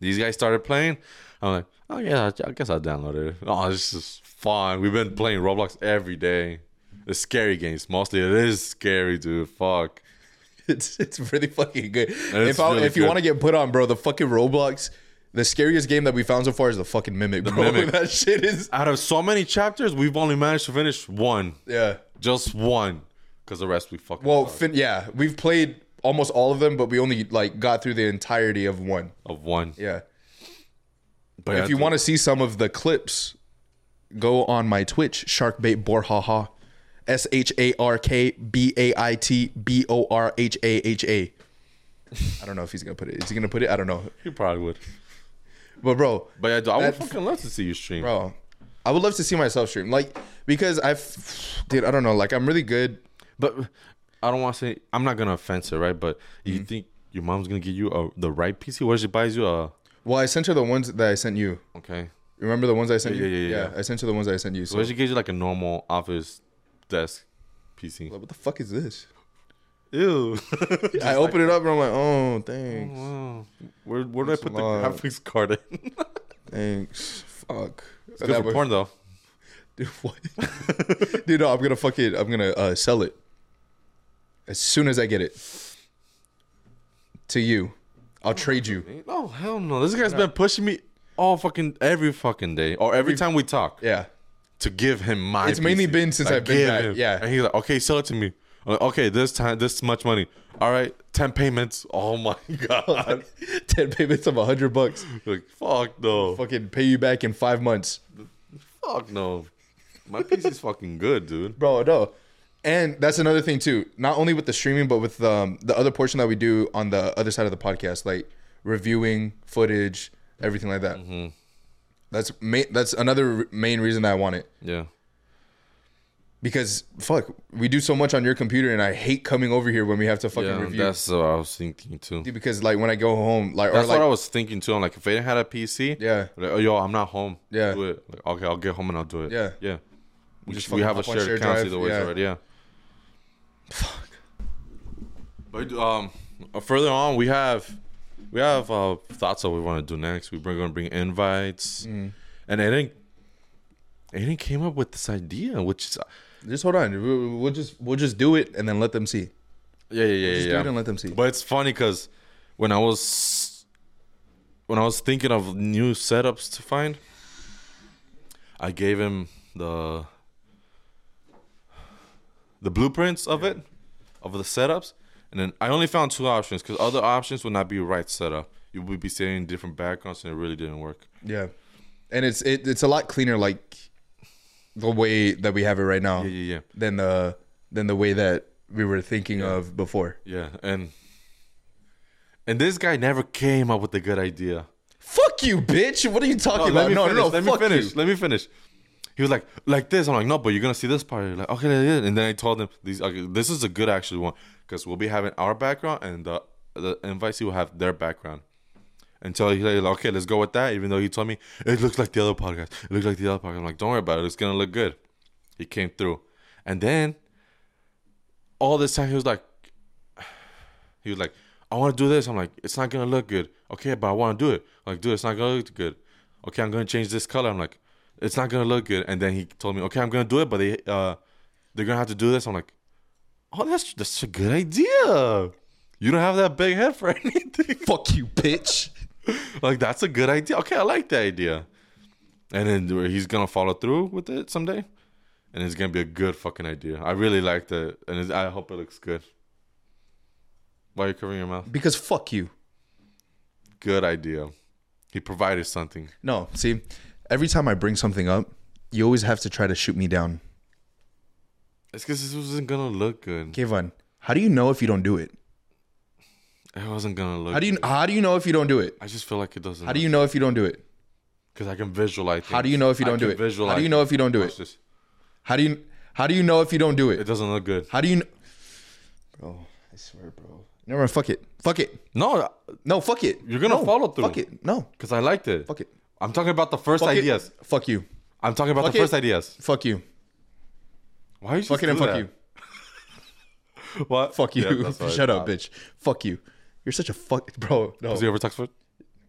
These guys started playing. I'm like, "Oh yeah, I guess I'll download it." Oh, this is fun. We've been playing Roblox every day. It's scary games mostly. It is scary, dude. Fuck.
It's it's really fucking good.
it's
if I,
really
if you
good.
want to get put on, bro, the fucking Roblox, the scariest game that we found so far is the fucking mimic, bro.
Mimic.
that shit is
Out of so many chapters, we've only managed to finish one,
yeah.
just one, because the rest we fucking.
Well,
suck.
fin- yeah, we've played almost all of them, but we only like got through the entirety of one.
of one.
Yeah.
But
if you
want.
want to see some of the clips, go on my Twitch, Sharkbait Borhaha. S H A R K B A I T B O R H A H A. I don't know if he's gonna put it. Is he gonna put it? I don't know.
You probably would.
But bro,
But yeah, dude, I would
That's-
fucking love to see you stream.
bro, I would love to see myself stream. Like because I've, dude, I don't know. Like I'm really good.
But I don't want to say I'm not gonna offend her, right? But you think your mom's gonna give you a, the right PC? What if she buys you a?
Well, I sent her the ones that I sent you.
Okay.
Remember the ones I sent
Yeah,
you?
yeah, yeah, yeah.
I sent you the ones that I sent you. So
What if she gives you like a normal office desk PC?
Like, what the fuck is this?
Ew.
I open it up and I'm like, oh, thanks,
wow. Where where do I put
a
the
lot.
graphics card in?
thanks, fuck.
It's good for porn though.
Dude, what? Dude, no, I'm gonna fuck it. I'm gonna uh, sell it as soon as I get it to you. I'll trade you.
Oh hell no! This guy's been pushing me all fucking every fucking day or every time we talk
Yeah,
to give him my.
It's mainly
PC.
been since I've been
give
back,
him.
yeah.
and he's like, okay, sell it to me. I'm like, okay, this time, this much money. All right, ten payments. Oh my god!
ten payments of hundred bucks.
like fuck no, fuck,
Fucking pay you back in five months,
no. My piece is fucking good, dude.
bro. No, and that's another thing too. Not only with the streaming, but with um, the other portion that we do on the other side of the podcast, like reviewing footage, everything like that.
Mm-hmm.
That's ma- that's another re- main reason that I want it.
Yeah,
because fuck, we do so much on your computer, and I hate coming over here when we have to fucking
yeah.
review.
That's what I was thinking too.
Dude, because like when I go home, like
That's
or like
what I was thinking too. I'm like, if Aiden had a PC,
Yeah.
like, oh yo, I'm not home.
Yeah.
do it. Like, okay, I'll get home and I'll do it.
Yeah.
yeah. We,
Just
we
fucking
have a
hop on
shared,
shared
account
drive,
either way
yeah.
already. Yeah. Fuck. But um, further on, we have we have uh, thoughts of what we want to do next. We're gonna bring invites,
Mm.
and Aiden Aiden came up with this idea, which is
just hold on, we'll, we'll just we'll just do it and then let them see.
yeah, yeah, yeah,
Just
yeah.
do it and let them see.
But it's funny because when I was when I was thinking of new setups to find, I gave him the the blueprints of it, of the setups, and then I only found two options because other options would not be right setup. You would be sitting in different backgrounds, and it really didn't work.
yeah, and it's it, it's a lot cleaner, like the way that we have it right now,
Yeah, yeah, yeah.
than the than the way that we were thinking of before.
Yeah, and and this guy never came up with a good idea.
Fuck you, bitch! What are you talking about?
let me
No,
finish.
no, no,
Let
fuck
me finish.
you.
Let me finish. He was like, like this. I'm like, no, but you're gonna see this part. You're like, okay, yeah. and then I told him these. okay, this is a good actually one because we'll be having our background and the the invitees will have their background, until he's like, okay, let's go with that. Even though he told me it looks like the other podcast, it looks like the other podcast. I'm like, don't worry about it. It's gonna look good. He came through, and then all this time he was like, he was like, I want to do this. I'm like, it's not gonna look good. Okay, but I want to do it. I'm like, dude, it's not gonna look good. Okay, I'm gonna change this color. I'm like, it's not gonna look good. And then he told me, okay, I'm gonna do it, but they uh, they're gonna have to do this. I'm like, oh, that's that's a good idea. You don't have that big head for anything.
Fuck you, bitch.
like that's a good idea. Okay, I like the idea. And then he's gonna follow through with it someday, and it's gonna be a good fucking idea. I really like it, and it's, I hope it looks good. Why are you covering your mouth?
Because fuck you.
Good idea. He provided something.
No, see, every time I bring something up, you always have to try to shoot me down.
It's because this wasn't gonna look good.
Kayvon, how do you know if you don't do it?
It wasn't gonna look.
How do you how do you know if you don't do it?
I just feel like it doesn't.
How do you know if you don't do it?
Because I can visualize.
How do you know if you don't do it? How do you know if you don't do it?
Just,
How do you how do you know if you don't do
it
it?
doesn't look good.
How do you know Bro, I swear, bro. Never mind, fuck it. Fuck it.
No,
No, fuck it.
You're gonna
No,
follow through.
Fuck it. No.
because I liked it.
Fuck it.
I'm talking about the first
Fuck it.
ideas.
Fuck you.
I'm talking about
Fuck
the first
it.
ideas.
Fuck you.
Why are you just
Fuck it and
do
fuck
that?
you.
What?
Fuck
Yeah,
you.
that's what I
Shut up,
thought.
bitch. Fuck you. You're such a fuck bro. No.
Does he ever talk foot?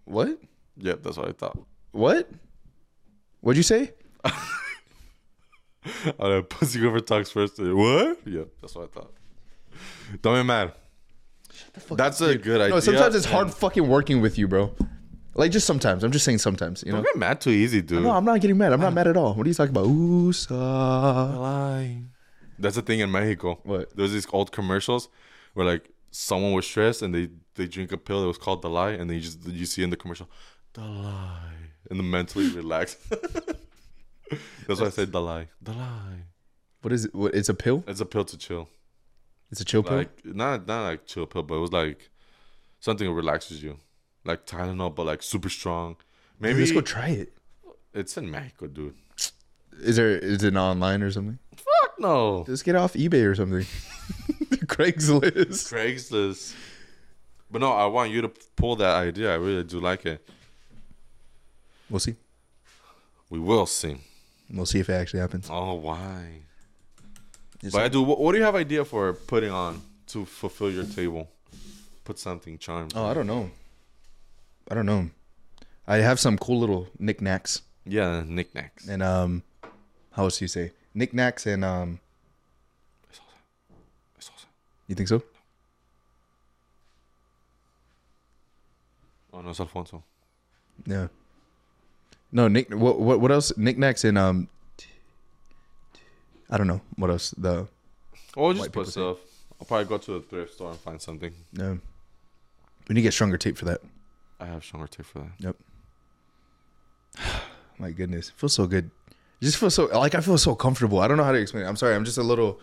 What?
Yep, that's what I thought.
What? What'd you say?
Oh, no, pussy whoever talks first. What? Yep, that's what I thought. Don't be mad. That's a good idea.
No, sometimes it's
and-
hard fucking working with you, bro. Like just sometimes. I'm just saying sometimes, you know.
Don't get mad too easy, dude.
No, I'm not getting mad. I'm not mad at all. What are you talking about? Ooh, sa.
lying. That's the thing in Mexico.
What?
There's these old commercials where like someone was stressed and they they drink a pill that was called the lie, and they just you see in the commercial the lie, and the mentally relax. That's why I said the lie. The lie.
What is it? What, it's a pill?
It's a pill to chill.
It's a chill pill?
Like not not like chill pill, but it was like something that relaxes you, like Tylenol, but like super strong.
Dude,
Maybe
let's go try it.
it's in Mexico, dude.
Is there is it online or something?
Fuck no.
Let's get off eBay or something. Craigslist.
Craigslist. But no, I want you to pull that idea. I really do like it.
We'll see.
We will see.
We'll see if it actually happens.
Oh, why?
Just-
but I do. What, what do you have idea for putting on to fulfill your table? Put something charm.
Oh, I don't know. I don't know. I have some cool little knickknacks
Yeah, knickknacks.
and um how else do you say? Knickknacks and um
It's awesome.
you think so?
Oh no, it's Alfonso.
Yeah. No, Nick. What what what else? Knickknacks and um. I don't know what else. The
Or just
White
put
people
stuff. I'll probably go to a thrift store and find something.
um, we need to get stronger tape for that.
I have stronger tape for that.
Yep. My goodness, it feels so good. It just feels so like I feel so comfortable. I don't know how to explain it. I'm sorry. I'm just a little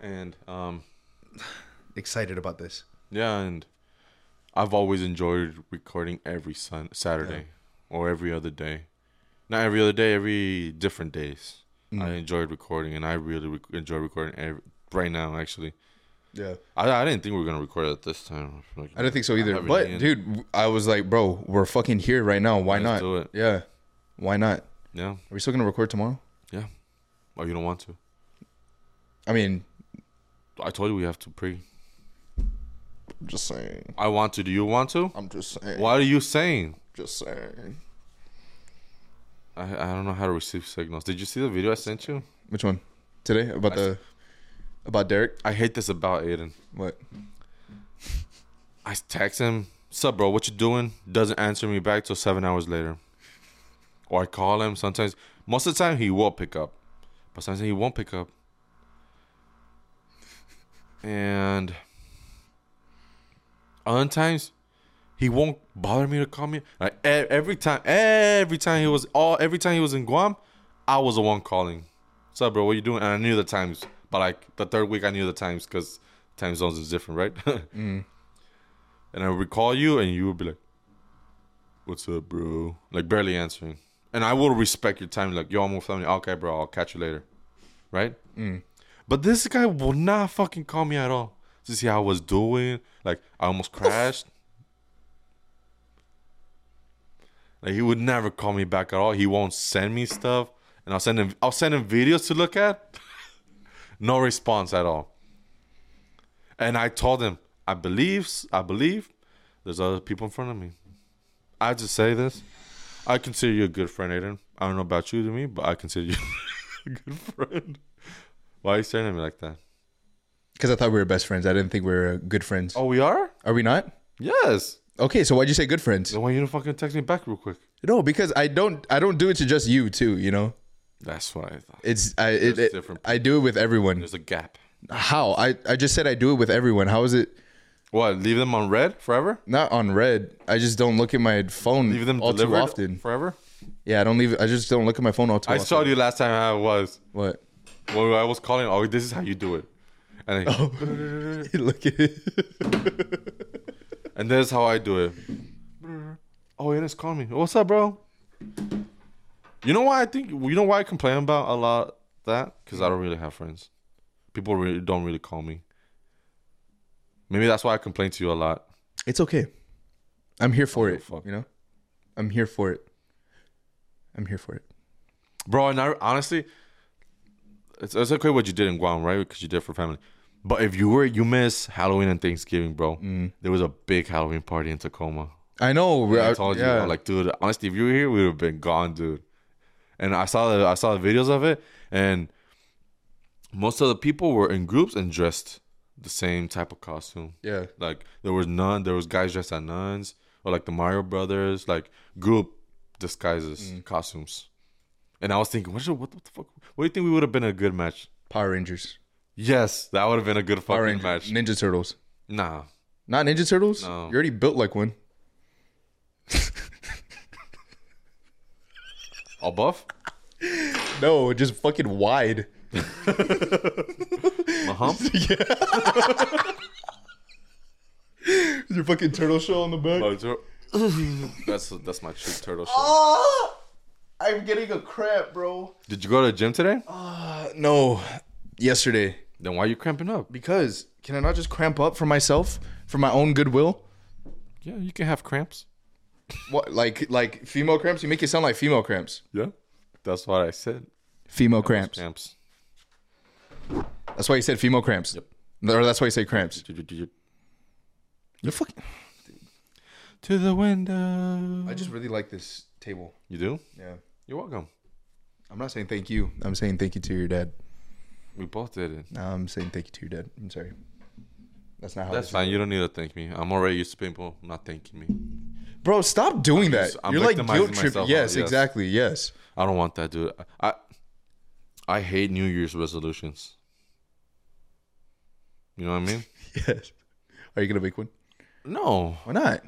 And um,
excited about this.
yeah, and I've always enjoyed recording every sun Saturday or every other day. Not every other day, every different days.
Mm.
I enjoyed recording, and I really rec enjoy recording every, right now. Actually,
Yeah,
I, I didn't think we were gonna record it this time. Like,
I didn't think so either.
haven't
But
yet.
dude, I was like, bro, we're fucking here right now. Why
Let's
not?
do it.
Yeah, why not? Are
yeah,
we still gonna record tomorrow?
yeah. Oh, you don't want to?
I mean,
I told you we have to pre.
I'm just saying.
I want to. Do you want to?
I'm just saying.
What are you saying?
Just saying.
I I don't know how to receive signals. Did you see the video I sent you?
Which one? Today about the about Derek?
I hate this about Aiden.
What?
I text him, "Sup, bro? What you doing?" Doesn't answer me back till seven hours later. Or I call him. Sometimes, most of the time, he will pick up, but sometimes he won't pick up. And other times, he won't bother me to call me. Like e- every time, every time he was all, every time he was in Guam, I was the one calling. Sup, bro? What you doing? And I knew the times, but like the third week, I knew the times because time zones is different, right? and I would call you, and you would be like, "What's up, bro?" Like barely answering, and I will respect your time. Like, yo, I'm with family. Okay, bro, I'll catch you later, right? But this guy will not fucking call me at all to see how I was doing. Like, I almost crashed. Like he would never call me back at all. He won't send me stuff, and I'll send him. I'll send him videos to look at. no response at all. And I told him, I believe, I believe, there's other people in front of me. I just say this. I consider you a good friend, Aiden. I don't know about you to me, but I consider you a good friend. Why are you staring at me like that?
Because I thought we were best friends. I didn't think we were good friends.
Oh, we are?
Are we not?
Yes.
Okay, so why'd you say good friends?
Then why you don't fucking text me back real quick?
No, because I don't. I don't do it to just you too. You know,
That's what I thought.
it's I. It,
There's
it-
different
I do it with everyone.
There's a gap.
How? I I just said I do it with everyone. How is it
What? Leave them on red forever?
not on red? I just don't look at my phone
Leave them
all too
delivered
often.
forever?
Yeah, I don't leave. I just don't look at my phone all too
I
often.
saw you last time I was
What?
when I was calling. Oh, this is how you do it. And, I-
look at it.
and this is how I do it. Oh, Aiden is calling me. What's up, bro? You know why I think you know why I complain about a lot that because I don't really have friends. People really don't really call me. Maybe that's why I complain to you a lot.
It's okay. I'm here for it.
fuck.
You know, I'm here for it. I'm here for it.
bro. And I honestly, it's, it's okay what you did in Guam, right? Because you did it for family. But if you were, you miss Halloween and Thanksgiving, bro. There was a big Halloween party in Tacoma.
I know. we're-
I told you,
yeah.
I'm like, dude, honestly, if you were here, we would have been gone, dude. And I saw the I saw the videos of it, and most of the people were in groups and dressed the same type of costume.
yeah.
Like there was nun, there was guys dressed as nuns, or like the Mario Brothers, like group disguises,
Mm.
costumes. And I was thinking, what, is, what, the fuck? What do you think we would have been a good match?
Power Rangers.
Yes, that would have been a good
Power
fucking
Rangers.
match.
Ninja Turtles.
Nah,
Not Ninja Turtles.
No.
You already built like one.
all buff.
No, just fucking wide.
My hump?
Your fucking turtle shell on the back.
Oh, tur- that's that's my cheap turtle. shit.
Ah! I'm getting a cramp, bro.
Did you go to the gym today?
Uh, no, yesterday.
Then why are you cramping up?
Because can I not just cramp up for myself, for my own goodwill?
Yeah, you can have cramps.
What, like, like female cramps? You make it sound like female cramps.
Yeah, that's what I said.
Female cramps.
Cramps.
That's why you said female cramps. Or that's why you say cramps. You're fucking.
To the window.
I just really like this table.
You do?
Yeah.
You're welcome.
I'm not saying thank you. I'm saying thank you to your dad.
We both did it.
No, I'm saying thank you to your dad. I'm sorry. That's not how.
That's
That's
fine. You don't need to thank me. I'm already used to people not thanking me.
Bro, stop doing that.
just- I'm
You're like
victimizing
guilt tripping.
myself,
Yes,
yes.
exactly. Yes.
I don't want that, dude. I I hate New Year's resolutions. You know what I mean?
Yes. Are you gonna make one?
no.
Why not?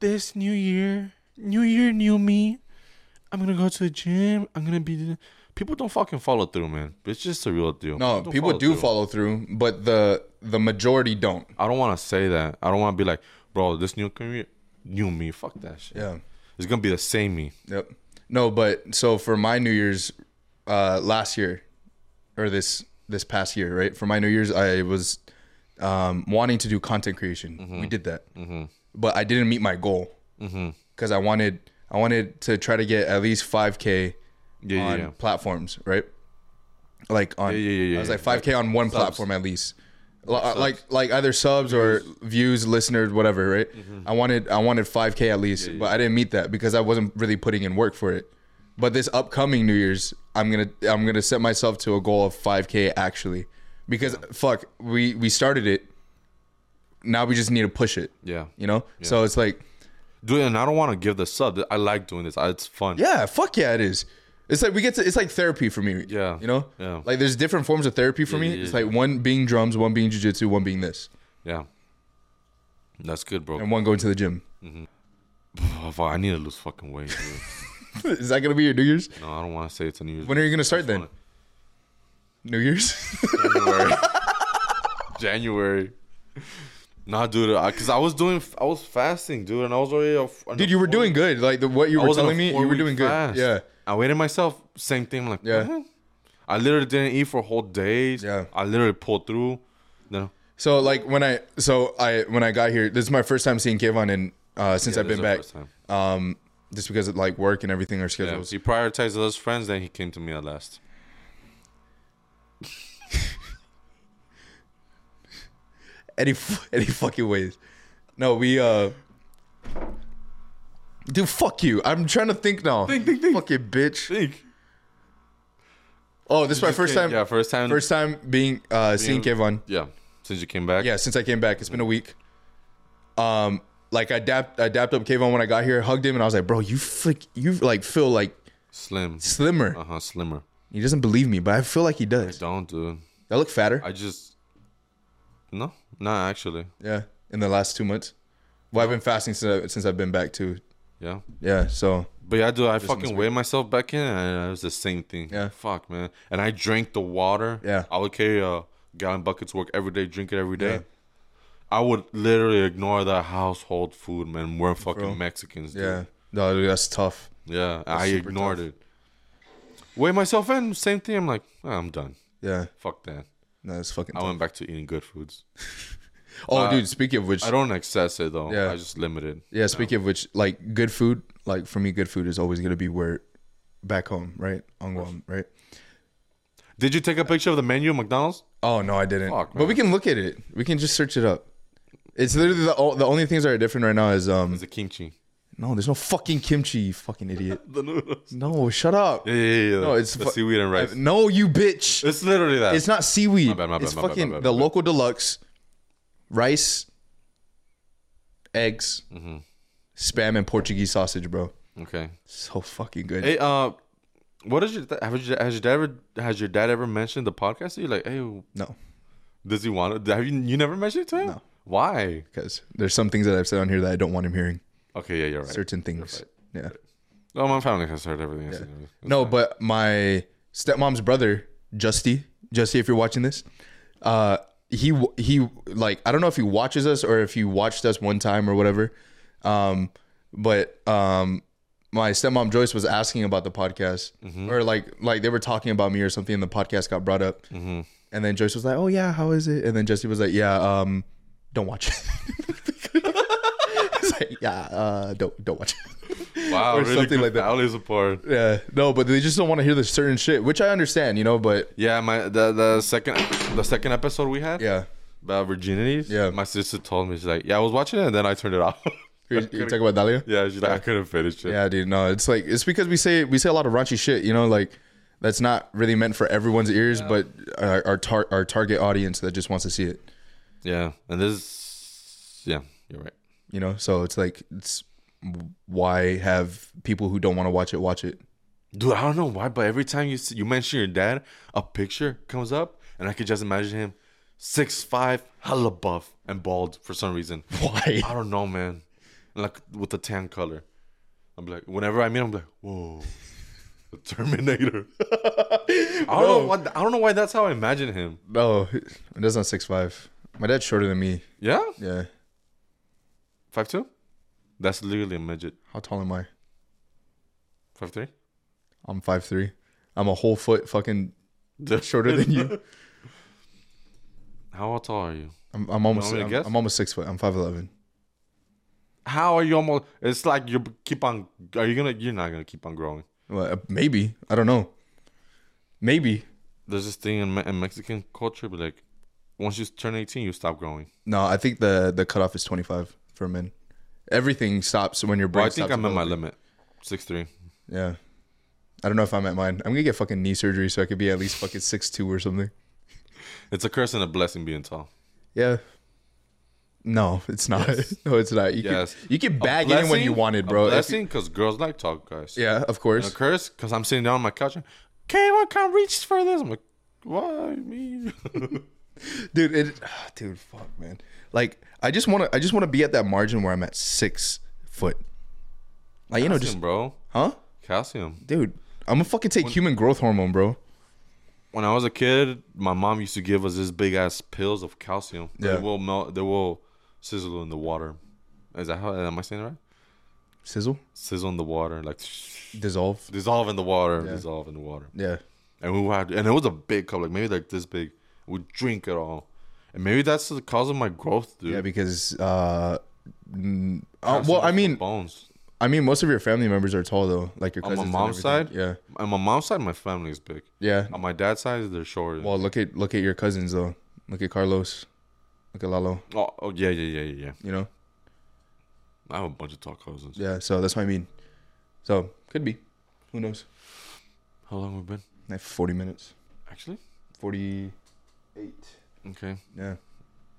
This new year, new year, new me. I'm gonna go to the gym. I'm gonna be. People don't fucking follow through, man. It's just a real deal.
No,
don't
people do
through.
follow through, but the the majority don't.
I don't want to say that. I don't want to be like, bro, this new career, new me. Fuck that shit.
Yeah.
It's gonna be the same me.
Yep. No, but so for my New Year's uh last year or this this past year, right? For my New Year's I was um wanting to do content creation. We did that. But I didn't meet my goal. Cuz I wanted I wanted to try to get at least 5k
Yeah, yeah,
on
yeah.
platforms, right? Like on
yeah, yeah,
I was
yeah.
like 5k on one platform at least. Li- uh, Like like either subs or views, listeners, whatever, right?
Mm-hmm.
I wanted I wanted 5k at least, but I didn't meet that because I wasn't really putting in work for it. But this upcoming New Year's, I'm going to I'm going to set myself to a goal of 5k actually. Because fuck, we we started it. Now we just need to push it.
Yeah.
You know? So it's like
Dude, and I don't want to give the sub. I like doing this. I- It's fun.
Yeah, fuck yeah, it is. It's like we get to. It's like therapy for me.
Yeah,
you know,
yeah.
Like there's different forms of therapy for me.
yeah,
it's like one being drums, one being jujitsu, one being this,
Yeah. That's good, bro.
and one going to the gym.
Oh, fuck, I need to lose fucking weight. Dude.
is that gonna be your New Year's?
no, I don't want to say it's a New Year's.
When are you gonna start then? New Year's.
January. January. Nah, dude. I, Cause I was doing, I was fasting, dude, and I was already. A,
Dude, you were doing good. Like the, what you
I
were
was on a
telling me, you were
four-week
doing
fast.
good. Yeah.
I waited myself. Same thing. I'm like,
Yeah.
yeah. I literally didn't eat for whole days.
Yeah.
I literally pulled through. No.
So like when I so I when I got here, this is my first time seeing Kevin, and uh, since I've
this
been
is the
back,
first time.
um, just because of like work and everything our
Yeah,
schedules.
he prioritized those friends, then he came to me at last.
Any f- any fucking ways. No, we uh. Dude, fuck you. I'm trying to think now. Think, think, think. Fucking bitch.
Think.
Oh, this is my first time.
Yeah, first time.
First time being uh seeing
Being-
Kevin.
Yeah, since you came back.
Yeah, since I came back, it's been a week. Um, like I dapped I dapped up Kayvon when I got here, hugged him, and I was like, "Bro, you flick, you like feel like
Slim.
slimmer."
Uh huh. Slimmer.
He doesn't believe me, but I feel like he
I
does.
don't, dude.
I look fatter.
I just. No, not actually.
Yeah, in the last two months. Well, I've been fasting since I, since I've been back too.
Yeah.
Yeah, so
But yeah, dude, I
one's
fucking weighed myself back in, and it was the same thing.
Yeah.
Fuck, man. And I drank the water.
Yeah.
I would carry a gallon bucket to work every day, drink it every day.
Yeah.
I would literally ignore the household food, man. We're fucking Mexicans, dude.
yeah, no, dude, that's tough.
Yeah, I
super
ignored it. Weigh myself in, same thing. I'm like, "Ah, I'm done.
Yeah,
Fuck that.
no, that's fucking.
I
Tough.
went back to eating good foods.
Oh, dude, speaking of which,
I don't excess it though.
Yeah.
I just limit it.
yeah, speaking of which, like good food, like for me, good food is always gonna be where back home, right? On Guam, right?
Did you take a picture of the menu at McDonald's?
Oh no, I didn't.
Fuck,
but we can look at it. We can just search it up. It's literally the o- the only things that are different right now is um
It's a kimchi.
no, there's no fucking kimchi, you fucking idiot.
The noodles.
No, shut up.
Yeah, yeah, yeah.
No, it's
the
fu-
seaweed and rice.
No, you bitch.
it's literally that.
It's not seaweed.
bad, my bad,
it's
my bad, my
fucking
bad,
the
my bad.
local deluxe, rice, eggs,
Mm-hmm.
spam, and Portuguese sausage, bro.
okay.
So fucking good.
Hey, uh, what is your th- have you, has your dad ever has your dad ever mentioned the podcast? to you like, hey,
No,
does he want it? Have you you never mentioned it to him?
No.
Why?
because there's some things that I've said on here that I don't want him hearing.
Okay, yeah, you're right.
Certain things. Yeah.
Oh, my family has heard everything. I've seen everything.
No, but my stepmom's brother, Justy, Justy, if you're watching this, uh, he w- he like I don't know if he watches us or if he watched us one time or whatever, um, but um, my stepmom Joyce was asking about the podcast or like like they were talking about me or something and the podcast got brought up, and then Joyce was like, "Oh yeah, how is it?" And then Justy was like, "Yeah, um, don't watch." it." It's like, yeah, uh, don't don't watch. it."
Wow,
or
really
something
good
like that.
Family support.
Yeah, no, but they just don't want to hear the certain shit, which I understand, you know. But
Yeah, my the the second the second episode we had
yeah,
about virginities.
Yeah.
my sister told me she's like, yeah, I was watching it and then I turned it off.
you, you talk about Dahlia.
yeah, she's like, I couldn't finish it.
Yeah, dude. No, it's like it's because we say we say a lot of raunchy shit, you know, like that's not really meant for everyone's ears, but our our, tar- our target audience that just wants to see it,
yeah, and this, yeah, you're right.
you know. So it's like it's why have people who don't want to watch it watch it?
Dude, I don't know why, but every time you see, you mention your dad, a picture comes up, and I could just imagine him, six five, hella buff and bald for some reason.
Why?
I don't know, man. Like with the tan color, I'm like, whenever I meet him, I'm like, whoa, the Terminator. I don't know. Why, I don't know why that's how I imagine him.
No, it does not six five. My dad's shorter than me.
Yeah,
Yeah.
five two. That's literally a midget.
How tall am I?
Five three.
I'm five three. I'm a whole foot fucking shorter than you.
How tall are you?
I'm, I'm almost.
want me to
I'm,
guess?
I'm almost six foot. I'm five eleven.
How are you almost? It's like you keep on. Are you gonna? You're not gonna keep on growing.
Well, uh, maybe I don't know. Maybe
there's this thing in, Me- in Mexican culture, but like once you turn 18, you stop growing.
no. I think the the cutoff is twenty five for men. Everything stops when your brain
Well, I think
stops
I'm at my
developing.
limit. Six three.
Yeah, I don't know if I'm at mine. I'm gonna get fucking knee surgery so I could be at least fucking six two or something.
It's a curse and a blessing being tall.
Yeah. No, it's not. No, it's not. You
Yes.
can you can
A
bag anyone you
blessing-
wanted, bro.
A
If-
blessing because girls like tall guys.
yeah, of
A
course.
curse because I'm sitting down on my couch. And, Kayvon can't reach for this. I'm like, why me?
dude it dude fuck man like i just want to i just want to be at that margin where i'm at six foot like you know just
Calcium, bro.
huh
Calcium.
dude i'm gonna fucking take human growth hormone bro
When I was a kid, my mom used to give us this big ass pills of calcium.
Yeah.
They will melt. They will sizzle in the water. Is that how? Am I saying it right?
sizzle
Sizzle in the water, like
dissolve
dissolve in the water, dissolve in the water.
yeah
and we had and it was a big cup, like maybe like this big. We drink it all, and maybe that's the cause of my growth, dude.
yeah because uh mm, uh,
Calcium
well i
for
mean
bones.
I mean, most of your family members are tall though, like your
On my
cousins. and
mom's
everything.
On my mom's side, my family is big.
Yeah, yeah.
On my dad's side, they're shorter.
Well, look at look at your cousins though. Look at Carlos. Look at Lalo.
oh, oh, yeah, yeah, yeah, yeah, yeah.
You know.
I have a bunch of tall cousins.
Yeah. So that's what I mean. So could be. Who knows?
How long have we been?
Like forty minutes.
Actually,
Forty-eight.
okay.
Yeah.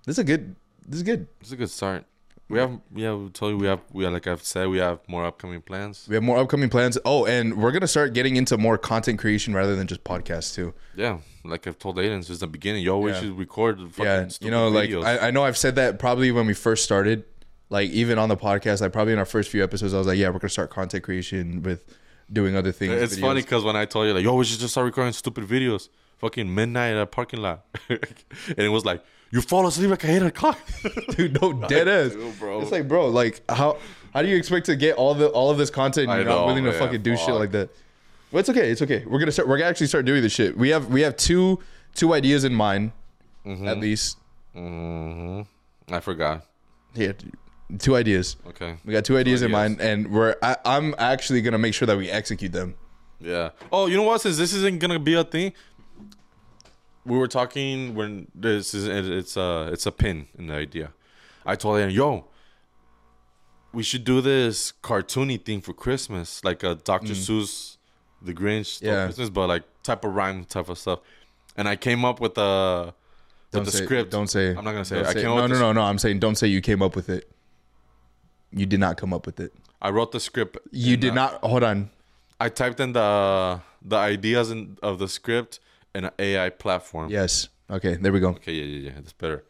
This is a good. This is good.
It's a good start. We have, yeah, we told you we have, we have, like I've said, we have more upcoming plans.
We have more upcoming plans. Oh, and we're gonna start getting into more content creation rather than just podcasts too.
Yeah, like I've told Aiden since the beginning, yo, we
Yeah.
should record. Fucking
yeah, you
stupid
know, like
videos.
I, I know I've said that probably when we first started, like even on the podcast, like probably in our first few episodes, I was like, yeah, we're gonna start content creation with doing other things.
it's
videos.
funny because when I told you like, yo, we should just start recording stupid videos, fucking midnight at a parking lot, and it was like, you fall asleep like at eight o'clock.
dude. No dead ass,
do, bro.
It's like, bro, like how how do you expect to get all the all of this content? And
I
you're not
know,
willing to
man,
fucking do shit
fuck.
like that. Well, it's okay. It's okay. We're gonna start. We're gonna actually start doing this shit. We have we have two two ideas in mind,
Mm-hmm.
at least.
hmm I forgot.
Yeah, two ideas.
Okay.
We got two ideas in
ideas.
mind, and we're I, I'm actually gonna make sure that we execute them.
Yeah. Oh, you know what? Since this isn't gonna be a thing, we were talking when this is it- it's a it's a pin in the idea. I told him, yo, we should do this cartoony thing for Christmas, like a Dr. Seuss, The Grinch,
Mm. Yeah.
yeah. Christmas, but like type of rhyme type of stuff. And I came up with a
Don't
with
say,
the script.
Don't say.
I'm not gonna say.
don't
it. I came up
no,
with
no,
the-
no, no. I'm saying don't say you came up with it. You did not come up with it.
I wrote the script.
You
in,
did
uh,
not. Hold on.
I typed in the the ideas in, of the script in an AI platform.
Yes. Okay. There we go.
Okay, yeah, yeah, yeah. That's better.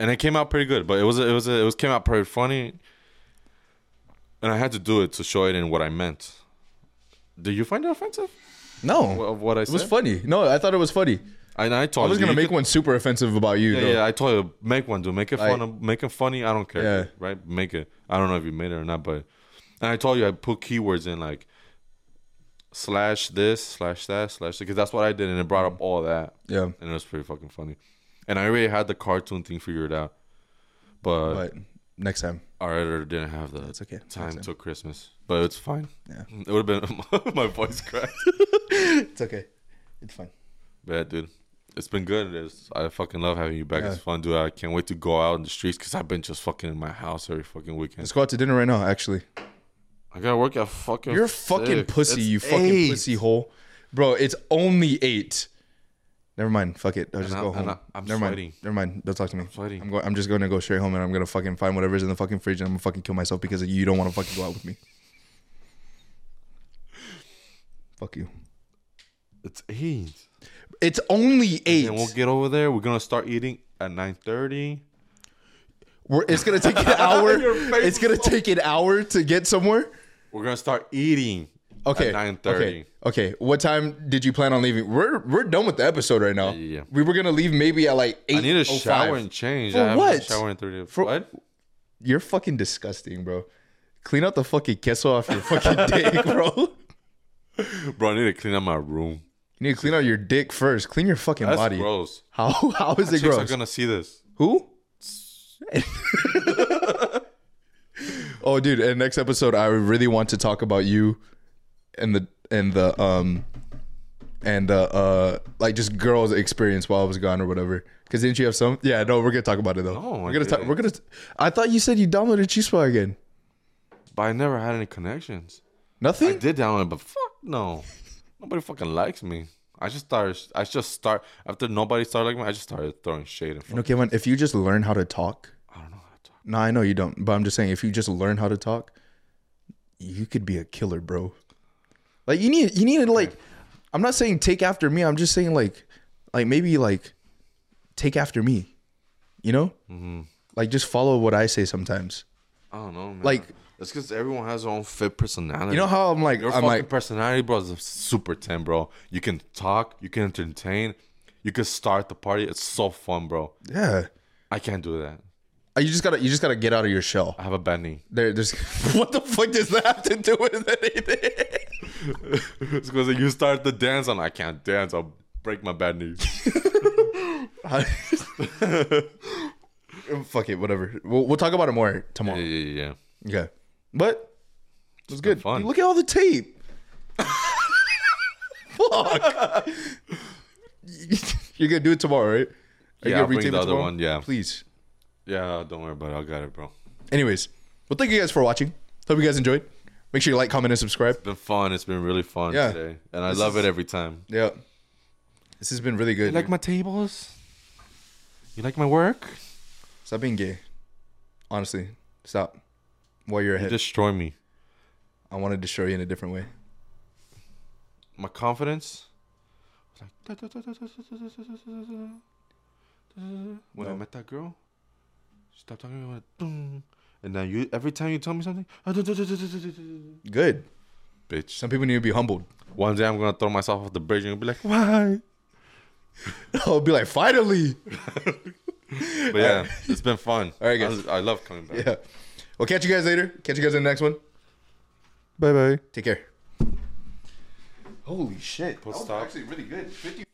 And it came out pretty good, but it was it was it was came out pretty funny. And I had to do it to show it in what I meant. Did you find it offensive?
No.
Of what I
It was
said?
funny. No, I thought it was funny.
and I told
I was
you,
gonna
you
make
could-
one super offensive about you.
Yeah,
though.
yeah, I told you make one, dude. Make it
Like-
fun, make it funny. I don't care,
Yeah.
right? Make it. I don't know if you made it or not, but and I told you I put keywords in like slash this slash that slash because that's what I did, and it
Mm.
brought up all that.
yeah.
and it was pretty fucking funny. And I already had the cartoon thing figured out, but,
But next time,
our editor didn't have the
it's okay.
time till Christmas. But it's fine.
Yeah.
it would have been my voice cracked.
It's okay. It's fine.
but yeah, dude, it's been good. It's, I fucking love having you back. It's fun, dude. I can't wait to go out in the streets because I've been just fucking in my house every fucking weekend.
Let's go out to dinner right now. Actually,
I gotta work at fucking.
you're a fucking
six.
pussy.
It's
you fucking
eight.
pussy hole, bro. It's only eight. Never mind. Fuck it. I'll just
I'm-
go
and
home.
I- I'm
Never
sweating.
mind. Never mind. Don't talk to me.
sweating.
I'm going. I'm just going to go straight home, and I'm gonna fucking find whatever's in the fucking fridge, and I'm gonna fucking kill myself because you don't want to fucking go out with me. Fuck you.
It's eight.
It's only eight.
And we'll get over there. We're gonna start eating at nine thirty.
We're, it's gonna take an hour.
Your face
it's gonna
is
take an hour to get somewhere.
We're gonna start eating.
Okay.
At nine thirty.
Okay. okay. What time did you plan on leaving? We're we're done with the episode right now.
yeah, yeah.
We were gonna leave maybe at like eight. oh
I need a shower and change.
For
I haven't
what?
showered in 30
For-
what?
You're fucking disgusting, bro. Clean out the fucking queso off your fucking dick, bro. You
Bro, I need to clean out my room.
need to clean out your dick first. Clean your fucking
That's
body.
gross.
How how is it
Chicks are
gross?
gonna see this.
Who? oh, dude! And next episode, I really want to talk about you and the and the um and the uh like just girls' experience while I was gone or whatever. Because didn't you have some? Yeah, no, we're gonna talk about it though.
No, I
we're gonna talk.
didn't.
We're gonna. I thought you said you downloaded Chispa again.
But I never had any connections. I
Nothing.
did download, it, but fuck no. Nobody fucking likes me. I just started. I just start after nobody started liking me. I just started throwing shade in front.
Okay, man. If you just learn how to talk,
I don't know how to talk.
no, I know you don't. But I'm just saying, if you just learn how to talk, you could be a killer, bro. Like you need, you need to like. I'm not saying take after me. I'm just saying like, like maybe like, take after me. You know, like just follow what I say sometimes.
I don't know, man.
Like-
it's because everyone has their own fit personality.
You know how I'm like,
your
I'm
fucking
like,
personality, bro, is super ten, bro. You can talk. You can entertain. You can start the party. It's so fun, bro.
yeah.
I can't do that.
Uh, You just gotta, you just gotta get out of your shell.
I have a bad knee.
There, there's what the fuck does that have to do with anything?
It's because you start the dance, and I can't dance. I'll break my bad knee.
fuck it, whatever. We'll, we'll talk about it more
yeah,
tomorrow.
yeah, yeah.
Yeah, but It was good.
fun.
Look at all the tape. Fuck. You're gonna do it tomorrow, right? Are
Yeah,
you
I'll bring
retape
the
it
other
tomorrow?
one, yeah.
Please.
Yeah, don't worry about it. I got it, bro.
Anyways, well, thank you guys for watching. Hope you guys enjoyed. Make sure you like, comment, and subscribe.
It's been fun. It's been really fun
Yeah.
today, and I love it every time.
Yeah. This has been really good.
You like my tables? You like my work?
Stop being gay. Honestly, stop. While you're
You
ahead,
destroy me.
I want to destroy you in a different way.
My confidence. Like, when I
No.
met that girl, she stopped talking to me. went, "Dum." And now you, every time you tell me something, bitch.
Good. Some people need to be humbled.
One day I'm gonna throw myself off the bridge and be like, why?
I'll be like, finally.
But yeah, it's been fun.
All right, guys.
I, I love coming back.
Yeah. We'll catch you guys later. Catch you guys in the next one.
Bye bye.
Take care. Holy shit.
Post stop.
really good. 50-